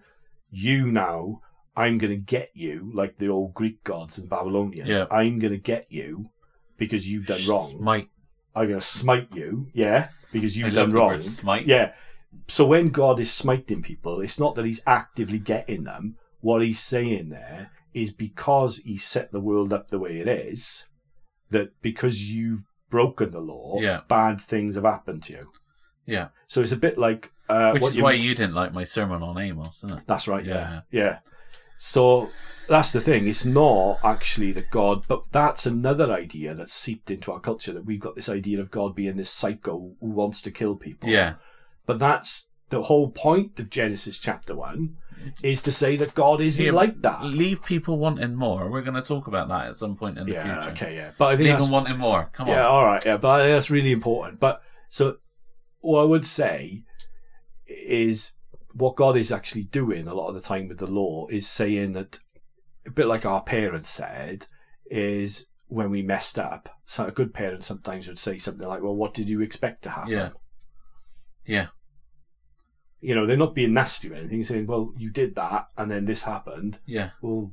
You now, I'm gonna get you like the old Greek gods and Babylonians.
Yeah.
I'm gonna get you because you've done wrong.
Smite.
I'm going to smite you, yeah, because
I
you've
love
done
the
wrong.
word smite.
Yeah. So when God is smiting people, it's not that he's actively getting them. What he's saying there is because he set the world up the way it is, that because you've broken the law,
Yeah.
bad things have happened to you.
Yeah.
So it's a bit like uh,
Which
what
is
you-
why you didn't like my sermon on Amos, isn't it?
That's right.
Yeah.
Yeah. yeah. So that's the thing. It's not actually the God, but that's another idea that's seeped into our culture that we've got this idea of God being this psycho who wants to kill people.
Yeah.
But that's the whole point of Genesis chapter one is to say that God isn't
Yeah,
like that.
Leave people wanting more. We're going to talk about that at some point in the
Yeah.
future.
Okay. Yeah. But I think
Leave
that's
them wanting more. Come
Yeah,
on.
all right. Yeah, but I think that's really important. But so, what I would say is what God is actually doing a lot of the time with the law is saying that, a bit like our parents said, is when we messed up. So a good parent sometimes would say something like, "Well, what did you expect to happen?"
Yeah. Yeah.
You know, they're not being nasty or anything. Saying, "Well, you did that, and then this happened."
Yeah.
Well,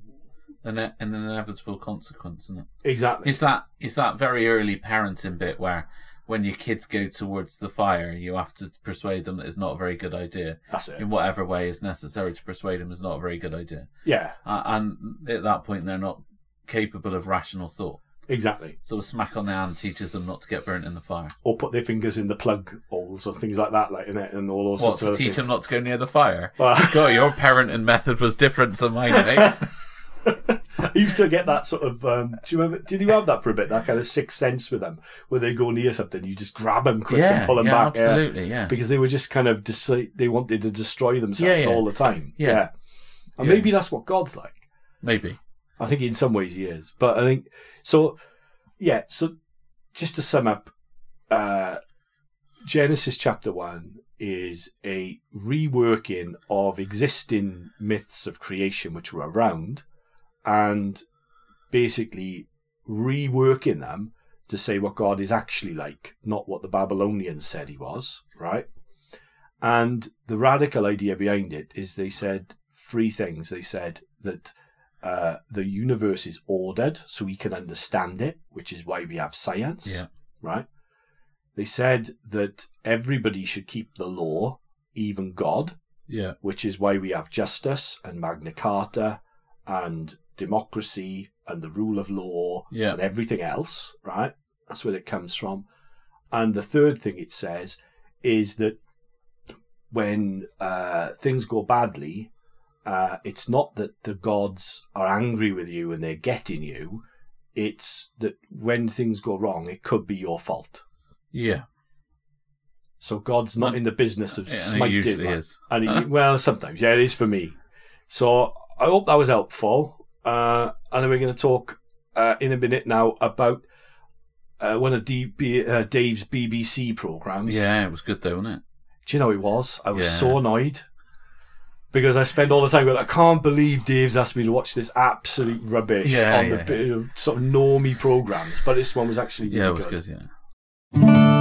An, an inevitable consequence, isn't it?
exactly.
It's that it's that very early parenting bit where when your kids go towards the fire, you have to persuade them that it's not a very good idea.
That's it.
In whatever way is necessary to persuade them is not a very good idea.
Yeah,
Uh, and at that point, they're not capable of rational thought.
exactly.
So a smack on the hand teaches them not to get burnt in the fire.
Or put their fingers in the plug holes or things like that, like in it, and all those
What
sorts
to
of
teach
things.
them not to go near
(laughs)
the fire?
Well-
God, your parenting method was different to mine, mate.
I used to get that sort of. Um, do you remember? Did you have that for a bit? That kind of sixth sense with them, where they go near something, you just grab them (laughs) quick
yeah,
and pull them
yeah,
back. yeah.
absolutely, yeah.
Because they were just kind of dis- they wanted to destroy themselves
Yeah, yeah.
all the time.
Yeah.
and
Yeah.
maybe that's what God's like.
Maybe.
I think in some ways he is, but I think so. Yeah. So just to sum up, uh, Genesis chapter one is a reworking of existing myths of creation which were around, and basically reworking them to say what God is actually like, not what the Babylonians said he was, right? And the radical idea behind it is they said three things. They said that uh, the universe is ordered so we can understand it, which is why we have science,
Yeah.
right? They said that everybody should keep the law, even God,
Yeah,
which is why we have justice and Magna Carta and democracy and the rule of law
Yeah.
and everything else, right? That's where it comes from. And the third thing it says is that when uh, things go badly, uh, it's not that the gods are angry with you and they're getting you. It's that when things go wrong, it could be your fault.
yeah.
So God's not
And-
in the business of
Yeah, and it
smiting.
usually
man.
is.
And it, well, sometimes, yeah, it is for me. So I hope that was helpful. Uh, and then we're going to talk uh, in a minute now about uh, one of D- B- uh, Dave's BBC programs.
Yeah, it was good though, wasn't it?
Do you know it was? I was
Yeah.
so annoyed because I spend all the time going, I can't believe Dave's asked me to watch this absolute rubbish
Yeah,
on
yeah.
the bit of sort of normie programs. But this one was actually really
Yeah, it was
good.
good. Yeah.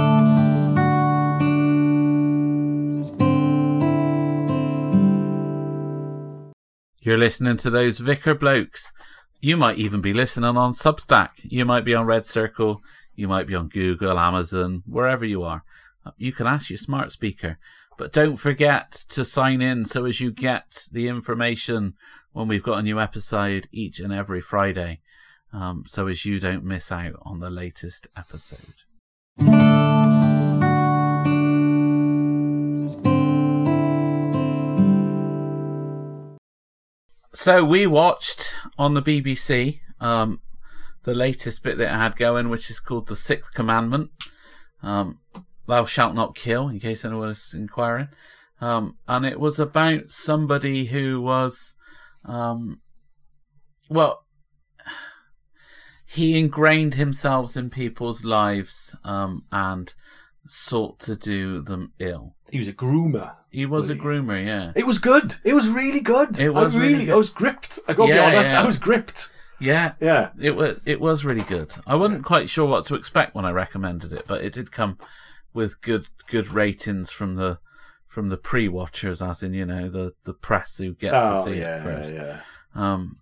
You're listening to those Vicar Blokes. You might even be listening on Substack. You might be on Red Circle. You might be on Google, Amazon, wherever you are. Uh, You can ask your smart speaker. But don't forget to sign in so as you get the information when we've got a new episode each and every Friday. um, so as you don't miss out on the latest episode. So we watched on the BBC um, the latest bit that it had going, which is called the Sixth Commandment. Um, Thou shalt not kill, in case anyone is inquiring. Um, and it was about somebody who was, um, well, he ingrained himself in people's lives um, and sought to do them ill.
He was a groomer.
He was a
Really?
groomer, yeah.
It was good. It was really good.
It was
I
really
really,
good.
I was gripped. I gotta
Yeah,
be honest.
yeah.
I was gripped.
Yeah,
Yeah.
It was it was really good. I wasn't quite sure what to expect when I recommended it, but it did come with good good ratings from the from the pre-watchers, as in you know the the press who get to
Oh
see
yeah,
it first.
yeah, yeah.
Um,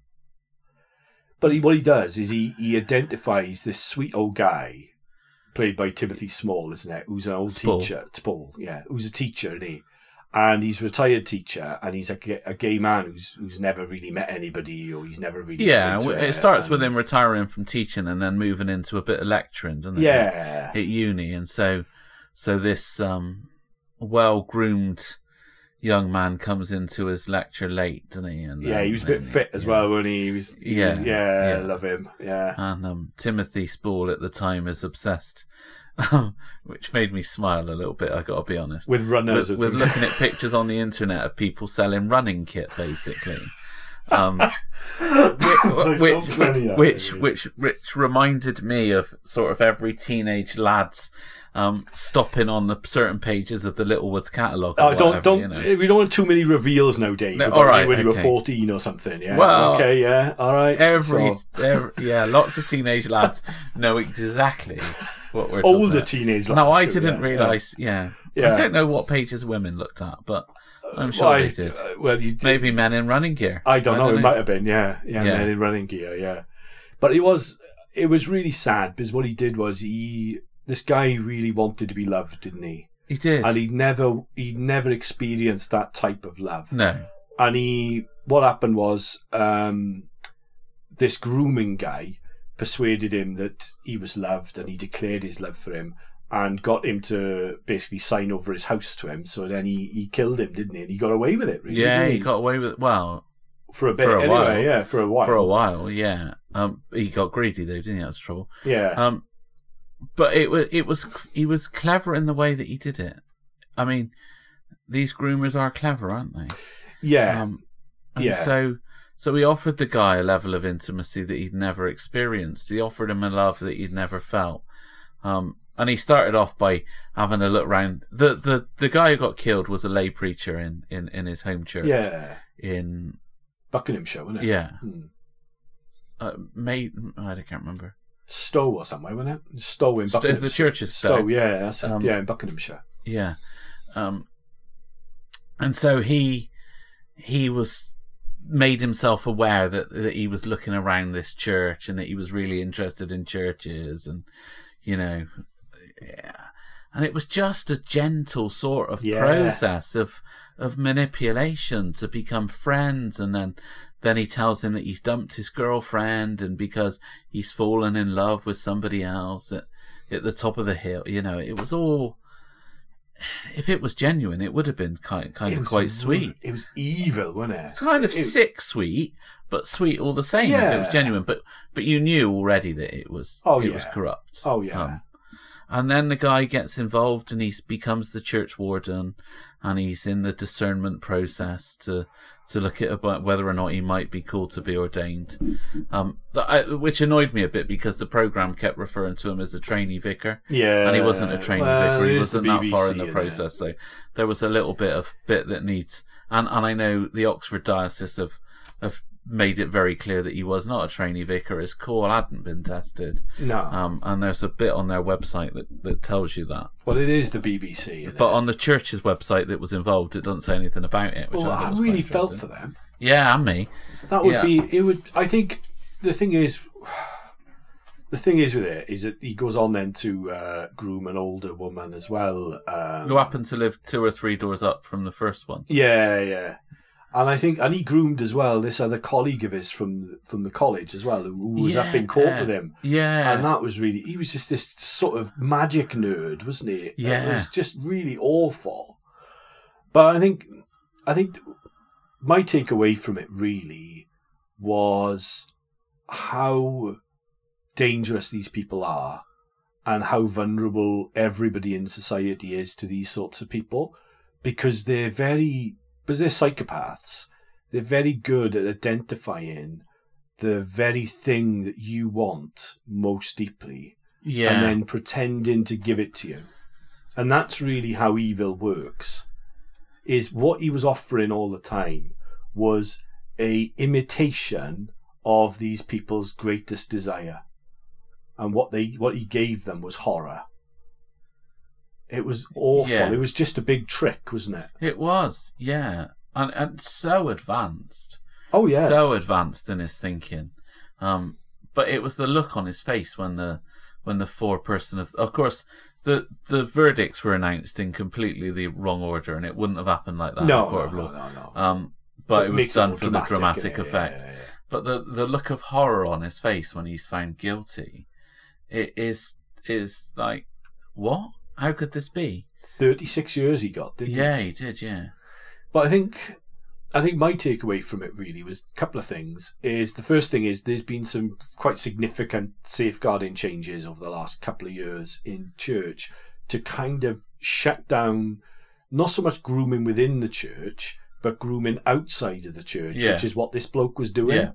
But he, what he does is he, he identifies this sweet old guy, played by Timothy Small, isn't it? Who's an old
Spall.
teacher, Paul, yeah, who's a teacher, isn't he? And he's a retired teacher, and he's a, ga- a gay man who's who's never really met anybody, or he's never really.
yeah,
been
w-
to um,
it starts
and-
with him retiring from teaching and then moving into a bit of lecturing, doesn't it?
Yeah,
at uni, and so so this um, well-groomed young man comes into his lecture late, doesn't he? And
yeah,
um,
he was a bit
and-
fit as
yeah.
well, wasn't he? he was, he was-
Yeah,
yeah,
yeah.
love him. Yeah,
and um, Timothy Spall at the time is obsessed, (laughs) um, which made me smile a little bit. I got to be honest.
with runners.
With,
and
with
things.
looking at pictures on the internet of people selling running kit, basically, um, (laughs) which,
(laughs) That's
which,
so funny, that
which,
is.
which, which reminded me of sort of every teenage lad's um, stopping on the certain pages of the Littlewoods catalogue. or
Oh, don't
whatever,
don't.
you know.
We don't want too many reveals now, Dave.
No,
about
all right,
when you were
okay.
fourteen or something. Yeah.
Well,
okay. Yeah. All right.
Every,
so-
every yeah, lots of teenage lads know exactly what we're talking
older
about.
teenage.
No,
lads
I
do,
didn't
yeah,
realise. Yeah.
Yeah.
I don't know what pages women looked at, but
yeah.
I'm sure
Well, I-
they did.
uh, well, you did.
Maybe men in running gear.
I don't know. It might have been. Yeah, yeah,
Yeah.
men in running gear. Yeah, but it was it was really sad because what he did was he this guy really wanted to be loved, didn't he?
He did.
And he never he never experienced that type of love.
no.
and he what happened was um, this grooming guy persuaded him that he was loved and he declared his love for him and got him to basically sign over his house to him so then he, he killed him didn't he and he got away with it really
yeah,
didn't
he got away with well
for a bit
for a
anyway
while.
yeah for a while
for a while. Yeah. Um, he got greedy though, didn't he? That's the trouble.
yeah
(laughs) Um, but it was it was he was clever in the way that he did it. I mean, these groomers are clever, aren't they?
yeah
Um, and
Yeah.
So, so he offered the guy a level of intimacy that he'd never experienced. He offered him a love that he'd never felt. Um, and he started off by having a look round. The, the, the guy who got killed was a lay preacher in, in, in his home church.
yeah
In,
Buckinghamshire wasn't it
Oh, yeah.
Hmm.
Uh, May, I don't- can't remember.
Stowe or somewhere wasn't it Stowe in
Stowe- the
Buckinghamshire
church is Stowe.
Stowe yeah that's it.
Um,
yeah in Buckinghamshire
Yeah. Um, and so he, he was made himself aware that, that he was looking around this church and that he was really interested in churches and, you know, yeah. And it was just a gentle sort of
Yeah.
process of, of manipulation to become friends. And then, then he tells him that he's dumped his girlfriend and because he's fallen in love with somebody else at, at the top of the hill, you know, it was all, if it was genuine, it would have been kind, kind
It
of
was
quite
ru-
sweet.
it was evil wasn't it
It's kind of
It-
sick sweet, but sweet all the same if it
Yeah.
was genuine. But but you knew already that it was
Oh,
it
yeah.
was corrupt. Um,
Oh, yeah.
and then the guy gets involved and he becomes the church warden, and he's in the discernment process to to look at about whether or not he might be called to be ordained, um, th- I, which annoyed me a bit because the program kept referring to him as a trainee vicar.
Yeah,
and he wasn't a trainee
Well,
vicar. He
it is the
wasn't that far in
BBC,
the
innit?
process, so there was a little bit of bit that needs. And and I know the Oxford diocese have have made it very clear that he was not a trainee vicar. His call hadn't been tested.
No,
Um, and there's a bit on their website that, that tells you that.
well, it is the BBC. innit?
But on the church's website that was involved, it doesn't say anything about it. uh, Which
well,
I, thought
I
was quite
really felt for
interesting.
them.
Yeah, and me.
That would
Yeah.
be. It would. I think the thing is, (sighs) the thing is with it is that he goes on then to uh, groom an older woman as well. Um,
Who happened to live two or three doors up from the first one?
yeah, yeah. And I think, and he groomed as well this other colleague of his from from the college as well, who was up in court
Yeah.
with him.
Yeah.
And that was really, he was just this sort of magic nerd, wasn't he? It
Yeah.
was just really awful. But I think, I think my takeaway from it really was how dangerous these people are and how vulnerable everybody in society is to these sorts of people because they're very, because they're psychopaths, they're very good at identifying the very thing that you want most deeply
yeah.
and then pretending to give it to you. And that's really how evil works. Is what he was offering all the time was a imitation of these people's greatest desire. And what they what he gave them was horror. It was awful.
Yeah.
It was just a big trick, wasn't it?
it was. Yeah. And and so advanced.
Oh yeah.
so advanced in his thinking. Um, but it was the look on his face when the when the four person of, of course the the verdicts were announced in completely the wrong order, and it wouldn't have happened like that. in
no,
the court
no,
of
no,
law.
no, no.
Um, but it, was
makes
done
more
for the dramatic
innit? Yeah,
effect.
yeah, yeah, yeah.
But the the look of horror on his face when he's found guilty, it is is like what? How could this be?
36 years he got, didn't he?
Yeah, he did. Yeah,
But I think I think my takeaway from it really was a couple of things. Is the first thing is there's been some quite significant safeguarding changes over the last couple of years in church to kind of shut down not so much grooming within the church, but grooming outside of the church,
Yeah.
which is what this bloke was doing.
Yeah.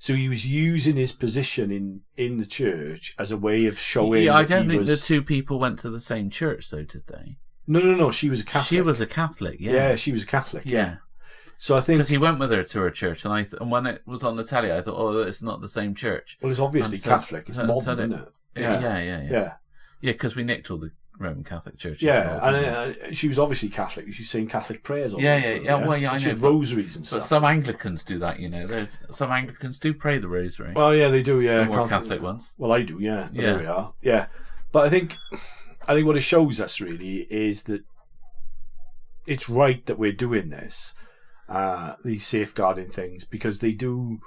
So he was using his position in, in the church as a way of showing.
yeah. I
that he
don't think
was-
the two people went to the same church, though, did they?
No, no, no. She was a Catholic.
She was a Catholic.
yeah. she was a Catholic.
yeah.
So I think
because he went with her to her church, and I th- and when it was on the telly, I thought, oh, it's not the same church.
Well, it's obviously
And so-
Catholic. It's
so-
modern,
so they-
isn't it?
Yeah, yeah, yeah, yeah.
yeah,
Yeah, because we nicked all the Roman Catholic churches.
yeah.
all the
And
time.
uh, she was obviously Catholic. She's saying Catholic prayers. All
Yeah,
the
yeah,
time,
yeah, well, yeah, I
she
know,
had
but-
rosaries and
but
stuff.
some Anglicans do that, you know. They're- Some Anglicans do pray the Rosary.
well, yeah, they do. Yeah,
the more Catholic ones.
Well, I do. Yeah, but there
Yeah.
we are. Yeah, but I think, I think what it shows us really is that it's right that we're doing this, uh, these safeguarding things, because they do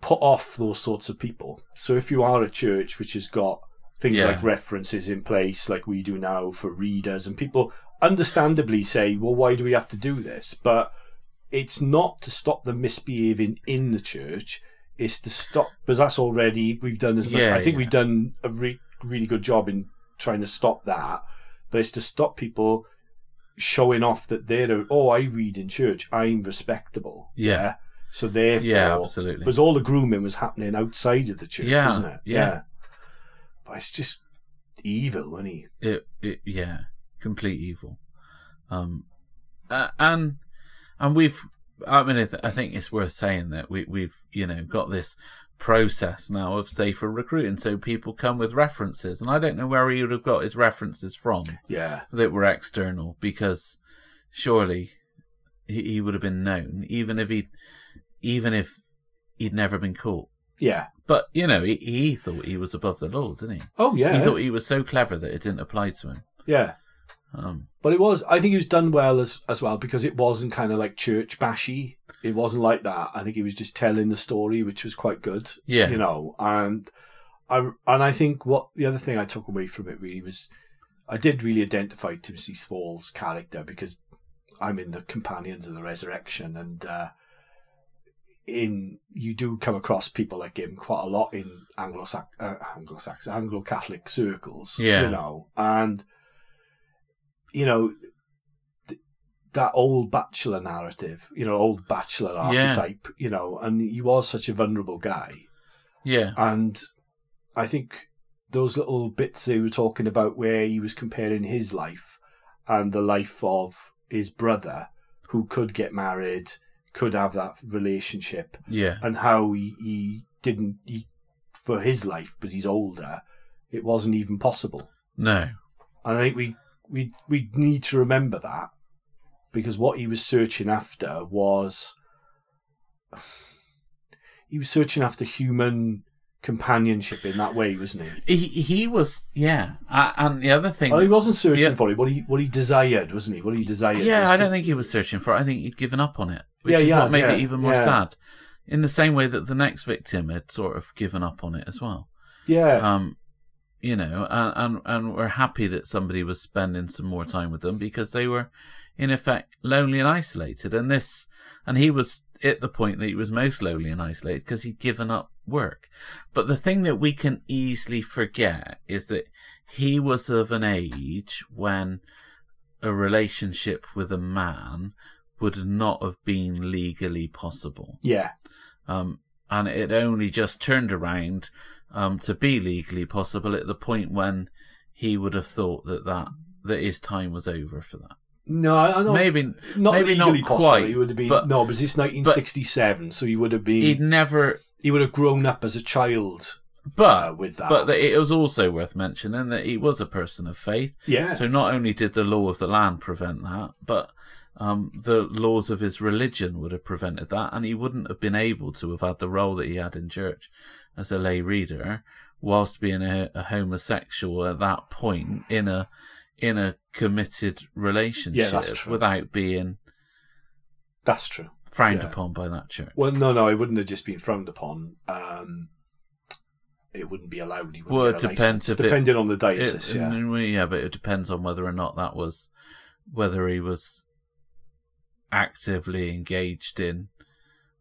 put off those sorts of people. So if you are a church which has got things
Yeah.
like references in place, like we do now for readers, and people understandably say, "Well, why do we have to do this?" But it's not to stop them misbehaving in the church. It's to stop because that's already we've done as much.
Yeah,
I think
yeah.
we've done a re- really good job in trying to stop that, but it's to stop people showing off that they're oh I read in church I'm respectable
Yeah.
so therefore
Yeah, absolutely.
because all the grooming was happening outside of the church
Yeah,
wasn't it
yeah.
but it's just evil isn't he
It, it, yeah, complete evil. Um, uh, and and we've, I mean, I, th- I think it's worth saying that we we've you know got this process now of safer recruiting, so people come with references, and I don't know where he would have got his references from
yeah
that were external, because surely he, he would have been known, even if he, even if he'd never been caught.
yeah
But you know, he, he thought he was above the law, didn't he?
oh yeah
He thought he was so clever that it didn't apply to him.
yeah
Um,
But it was, I think it was done well as, as well because it wasn't kind of like church bashy. It wasn't like that. I think he was just telling the story, which was quite good.
Yeah.
You know, and I, and I think what the other thing I took away from it really was I did really identify Timothy Spall's character because I'm in the Companions of the Resurrection and, uh, in you do come across people like him quite a lot in Anglo-Sax- uh, Anglo-Saxon, Anglo-Catholic circles,
Yeah.
you know, and you know th- that old bachelor narrative, you know, old bachelor
Yeah.
archetype, you know, and he was such a vulnerable guy,
yeah,
and I think those little bits they were talking about where he was comparing his life and the life of his brother, who could get married, could have that relationship
yeah,
and how he, he didn't he, for his life because he's older it wasn't even possible
no,
and i think we we we need to remember that because what he was searching after was he was searching after human companionship in that way, wasn't he?
He he was yeah, uh, and the other thing.
Well, Oh, he wasn't searching
Yeah.
for it. What he what he desired, wasn't he? What he desired. was
yeah, I
to-
don't think he was searching for it. I think he'd given up on it, which
Yeah,
is
yeah,
what made
yeah,
it even more
yeah.
sad. In the same way that the next victim had sort of given up on it as well.
Yeah,
Um, you know, and, and and we're happy that somebody was spending some more time with them because they were, in effect, lonely and isolated. And this, and he was at the point that he was most lonely and isolated because he'd given up work. But the thing that we can easily forget is that he was of an age when a relationship with a man would not have been legally possible
yeah,
um, and it only just turned around um, to be legally possible at the point when he would have thought that that, that his time was over for that.
no, I don't.
maybe
not
maybe
legally
not
possible.
quite.
he would have been
but
no, because it's 1967, so he would have been
he'd never.
he would have grown up as a child uh,
But
with that.
but that it was also worth mentioning that he was a person of faith.
yeah,
(laughs) So not only did the law of the land prevent that, but um, the laws of his religion would have prevented that, and he wouldn't have been able to have had the role that he had in church as a lay reader, whilst being a, a homosexual at that point in a in a committed relationship
true.
without being
that's true.
frowned
Yeah.
upon by that church.
Well, no, no, it wouldn't have just been frowned upon. Um, it wouldn't be allowed. He wouldn't
Well,
get
it
a
depends
license,
if it-
depending on the
It-
diocese. yeah,
mm, yeah, but it depends on whether or not that was whether he was actively engaged in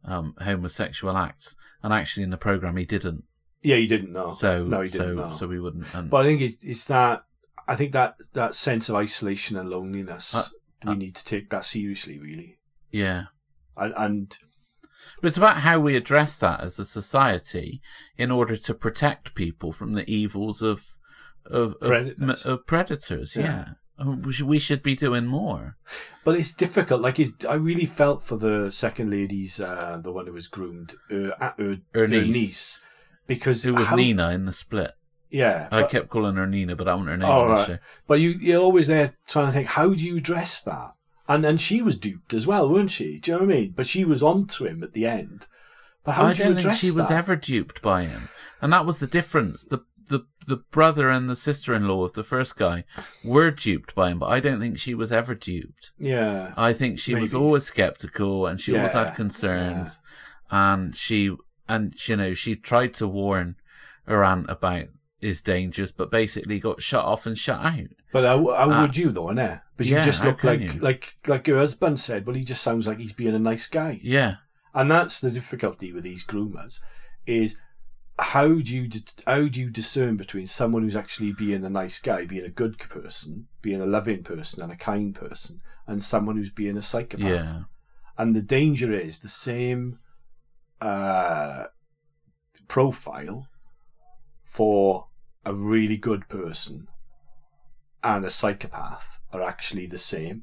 um, homosexual acts, and actually in the program he didn't.
yeah, he didn't know.
so
Oh, no, he didn't
so
know.
so we wouldn't. And,
But I think it's, it's that I think that that sense of isolation and loneliness.
Uh,
we
uh.
need to take that seriously, really.
yeah,
And, and
but it's about how we address that as a society in order to protect people from the evils of of of
Predators.
of predators.
Yeah.
Yeah, And we should, we should be doing more.
but it's difficult. Like, it's, I really felt for the second lady's, uh, the one who was groomed, her, uh, her, her
niece.
niece, because
It was
how-
Nina Oh, in the split.
Yeah,
I
but,
kept calling her Nina, but I want her name
Oh,
on the
right.
show.
but you you're always there trying to think how do you address that? And and she was duped as well, weren't she? Do you know what I mean? But she was on to him at the end. But how
I
do you
don't think
address
she was
that?
ever duped by him, and that was the difference. The the the brother and the sister-in-law of the first guy were duped by him, but I don't think she was ever duped.
yeah,
I think she was
Maybe.
always skeptical, and she always
Yeah,
had concerns, and she and you know she tried to warn her aunt about his dangers, but basically got shut off and shut out.
but how, how
Uh,
would you though, innit? But you
yeah,
just
how
look
can
like
you?
like like your husband said. Well, he just sounds like he's being a nice guy.
Yeah,
And that's the difficulty with these groomers is how do you det- how do you discern between someone who's actually being a nice guy, being a good person, being a loving person and a kind person, and someone who's being a psychopath?
yeah,
And the danger is the same uh, profile for a really good person and a psychopath are actually the same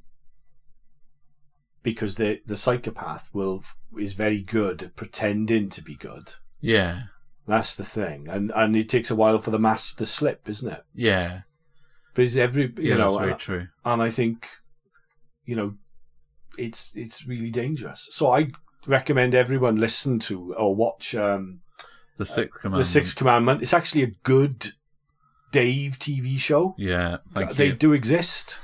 because the the psychopath will is very good at pretending to be good.
yeah,
That's the thing, and and it takes a while for the mass to slip, isn't it?
yeah.
But it's every you
yeah,
know, uh,
that's
and-
very true.
and I think you know it's it's really dangerous. So I recommend everyone listen to or watch um,
The sixth commandment.
the Sixth Commandment. It's actually a good Dave TV show.
Yeah, thank
they
you.
do exist,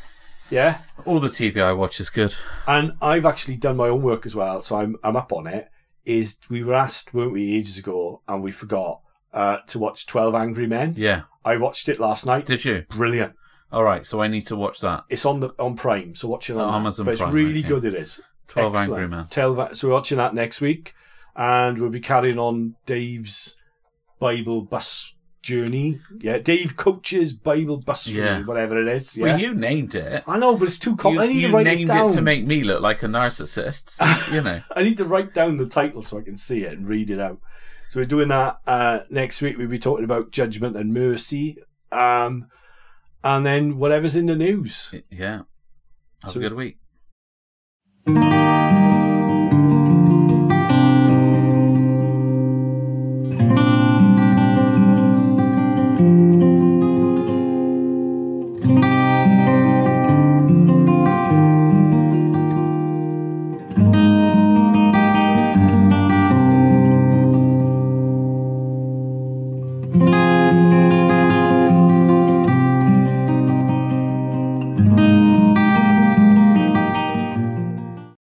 yeah.
All the TV I watch is good.
And I've actually done my own work as well, so I'm I'm up on it. Is we were asked, weren't we, ages ago, and we forgot uh, to watch Twelve Angry Men.
Yeah.
I watched it last night.
Did you?
Brilliant.
All right, so I need to watch that.
It's on the on Prime, so watch it on
Oh,
that.
Amazon
But it's
Prime,
really
okay.
good. It is.
12
Excellent.
Angry Men.
12 so we're watching that next week, and we'll be carrying on Dave's Bible bus journey. Yeah, Dave coaches Bible bus journey,
Yeah.
whatever it is. Yeah,
Well, you named it.
I know, but it's too
you
complicated. I need to
you
write
named
it down.
to make me look like a narcissist. so, you know.
(laughs) I need to write down the title so I can see it and read it out. So we're doing that uh, next week. We'll be talking about judgment and mercy, um, and then whatever's in the news.
Yeah. Have
So-
a good week.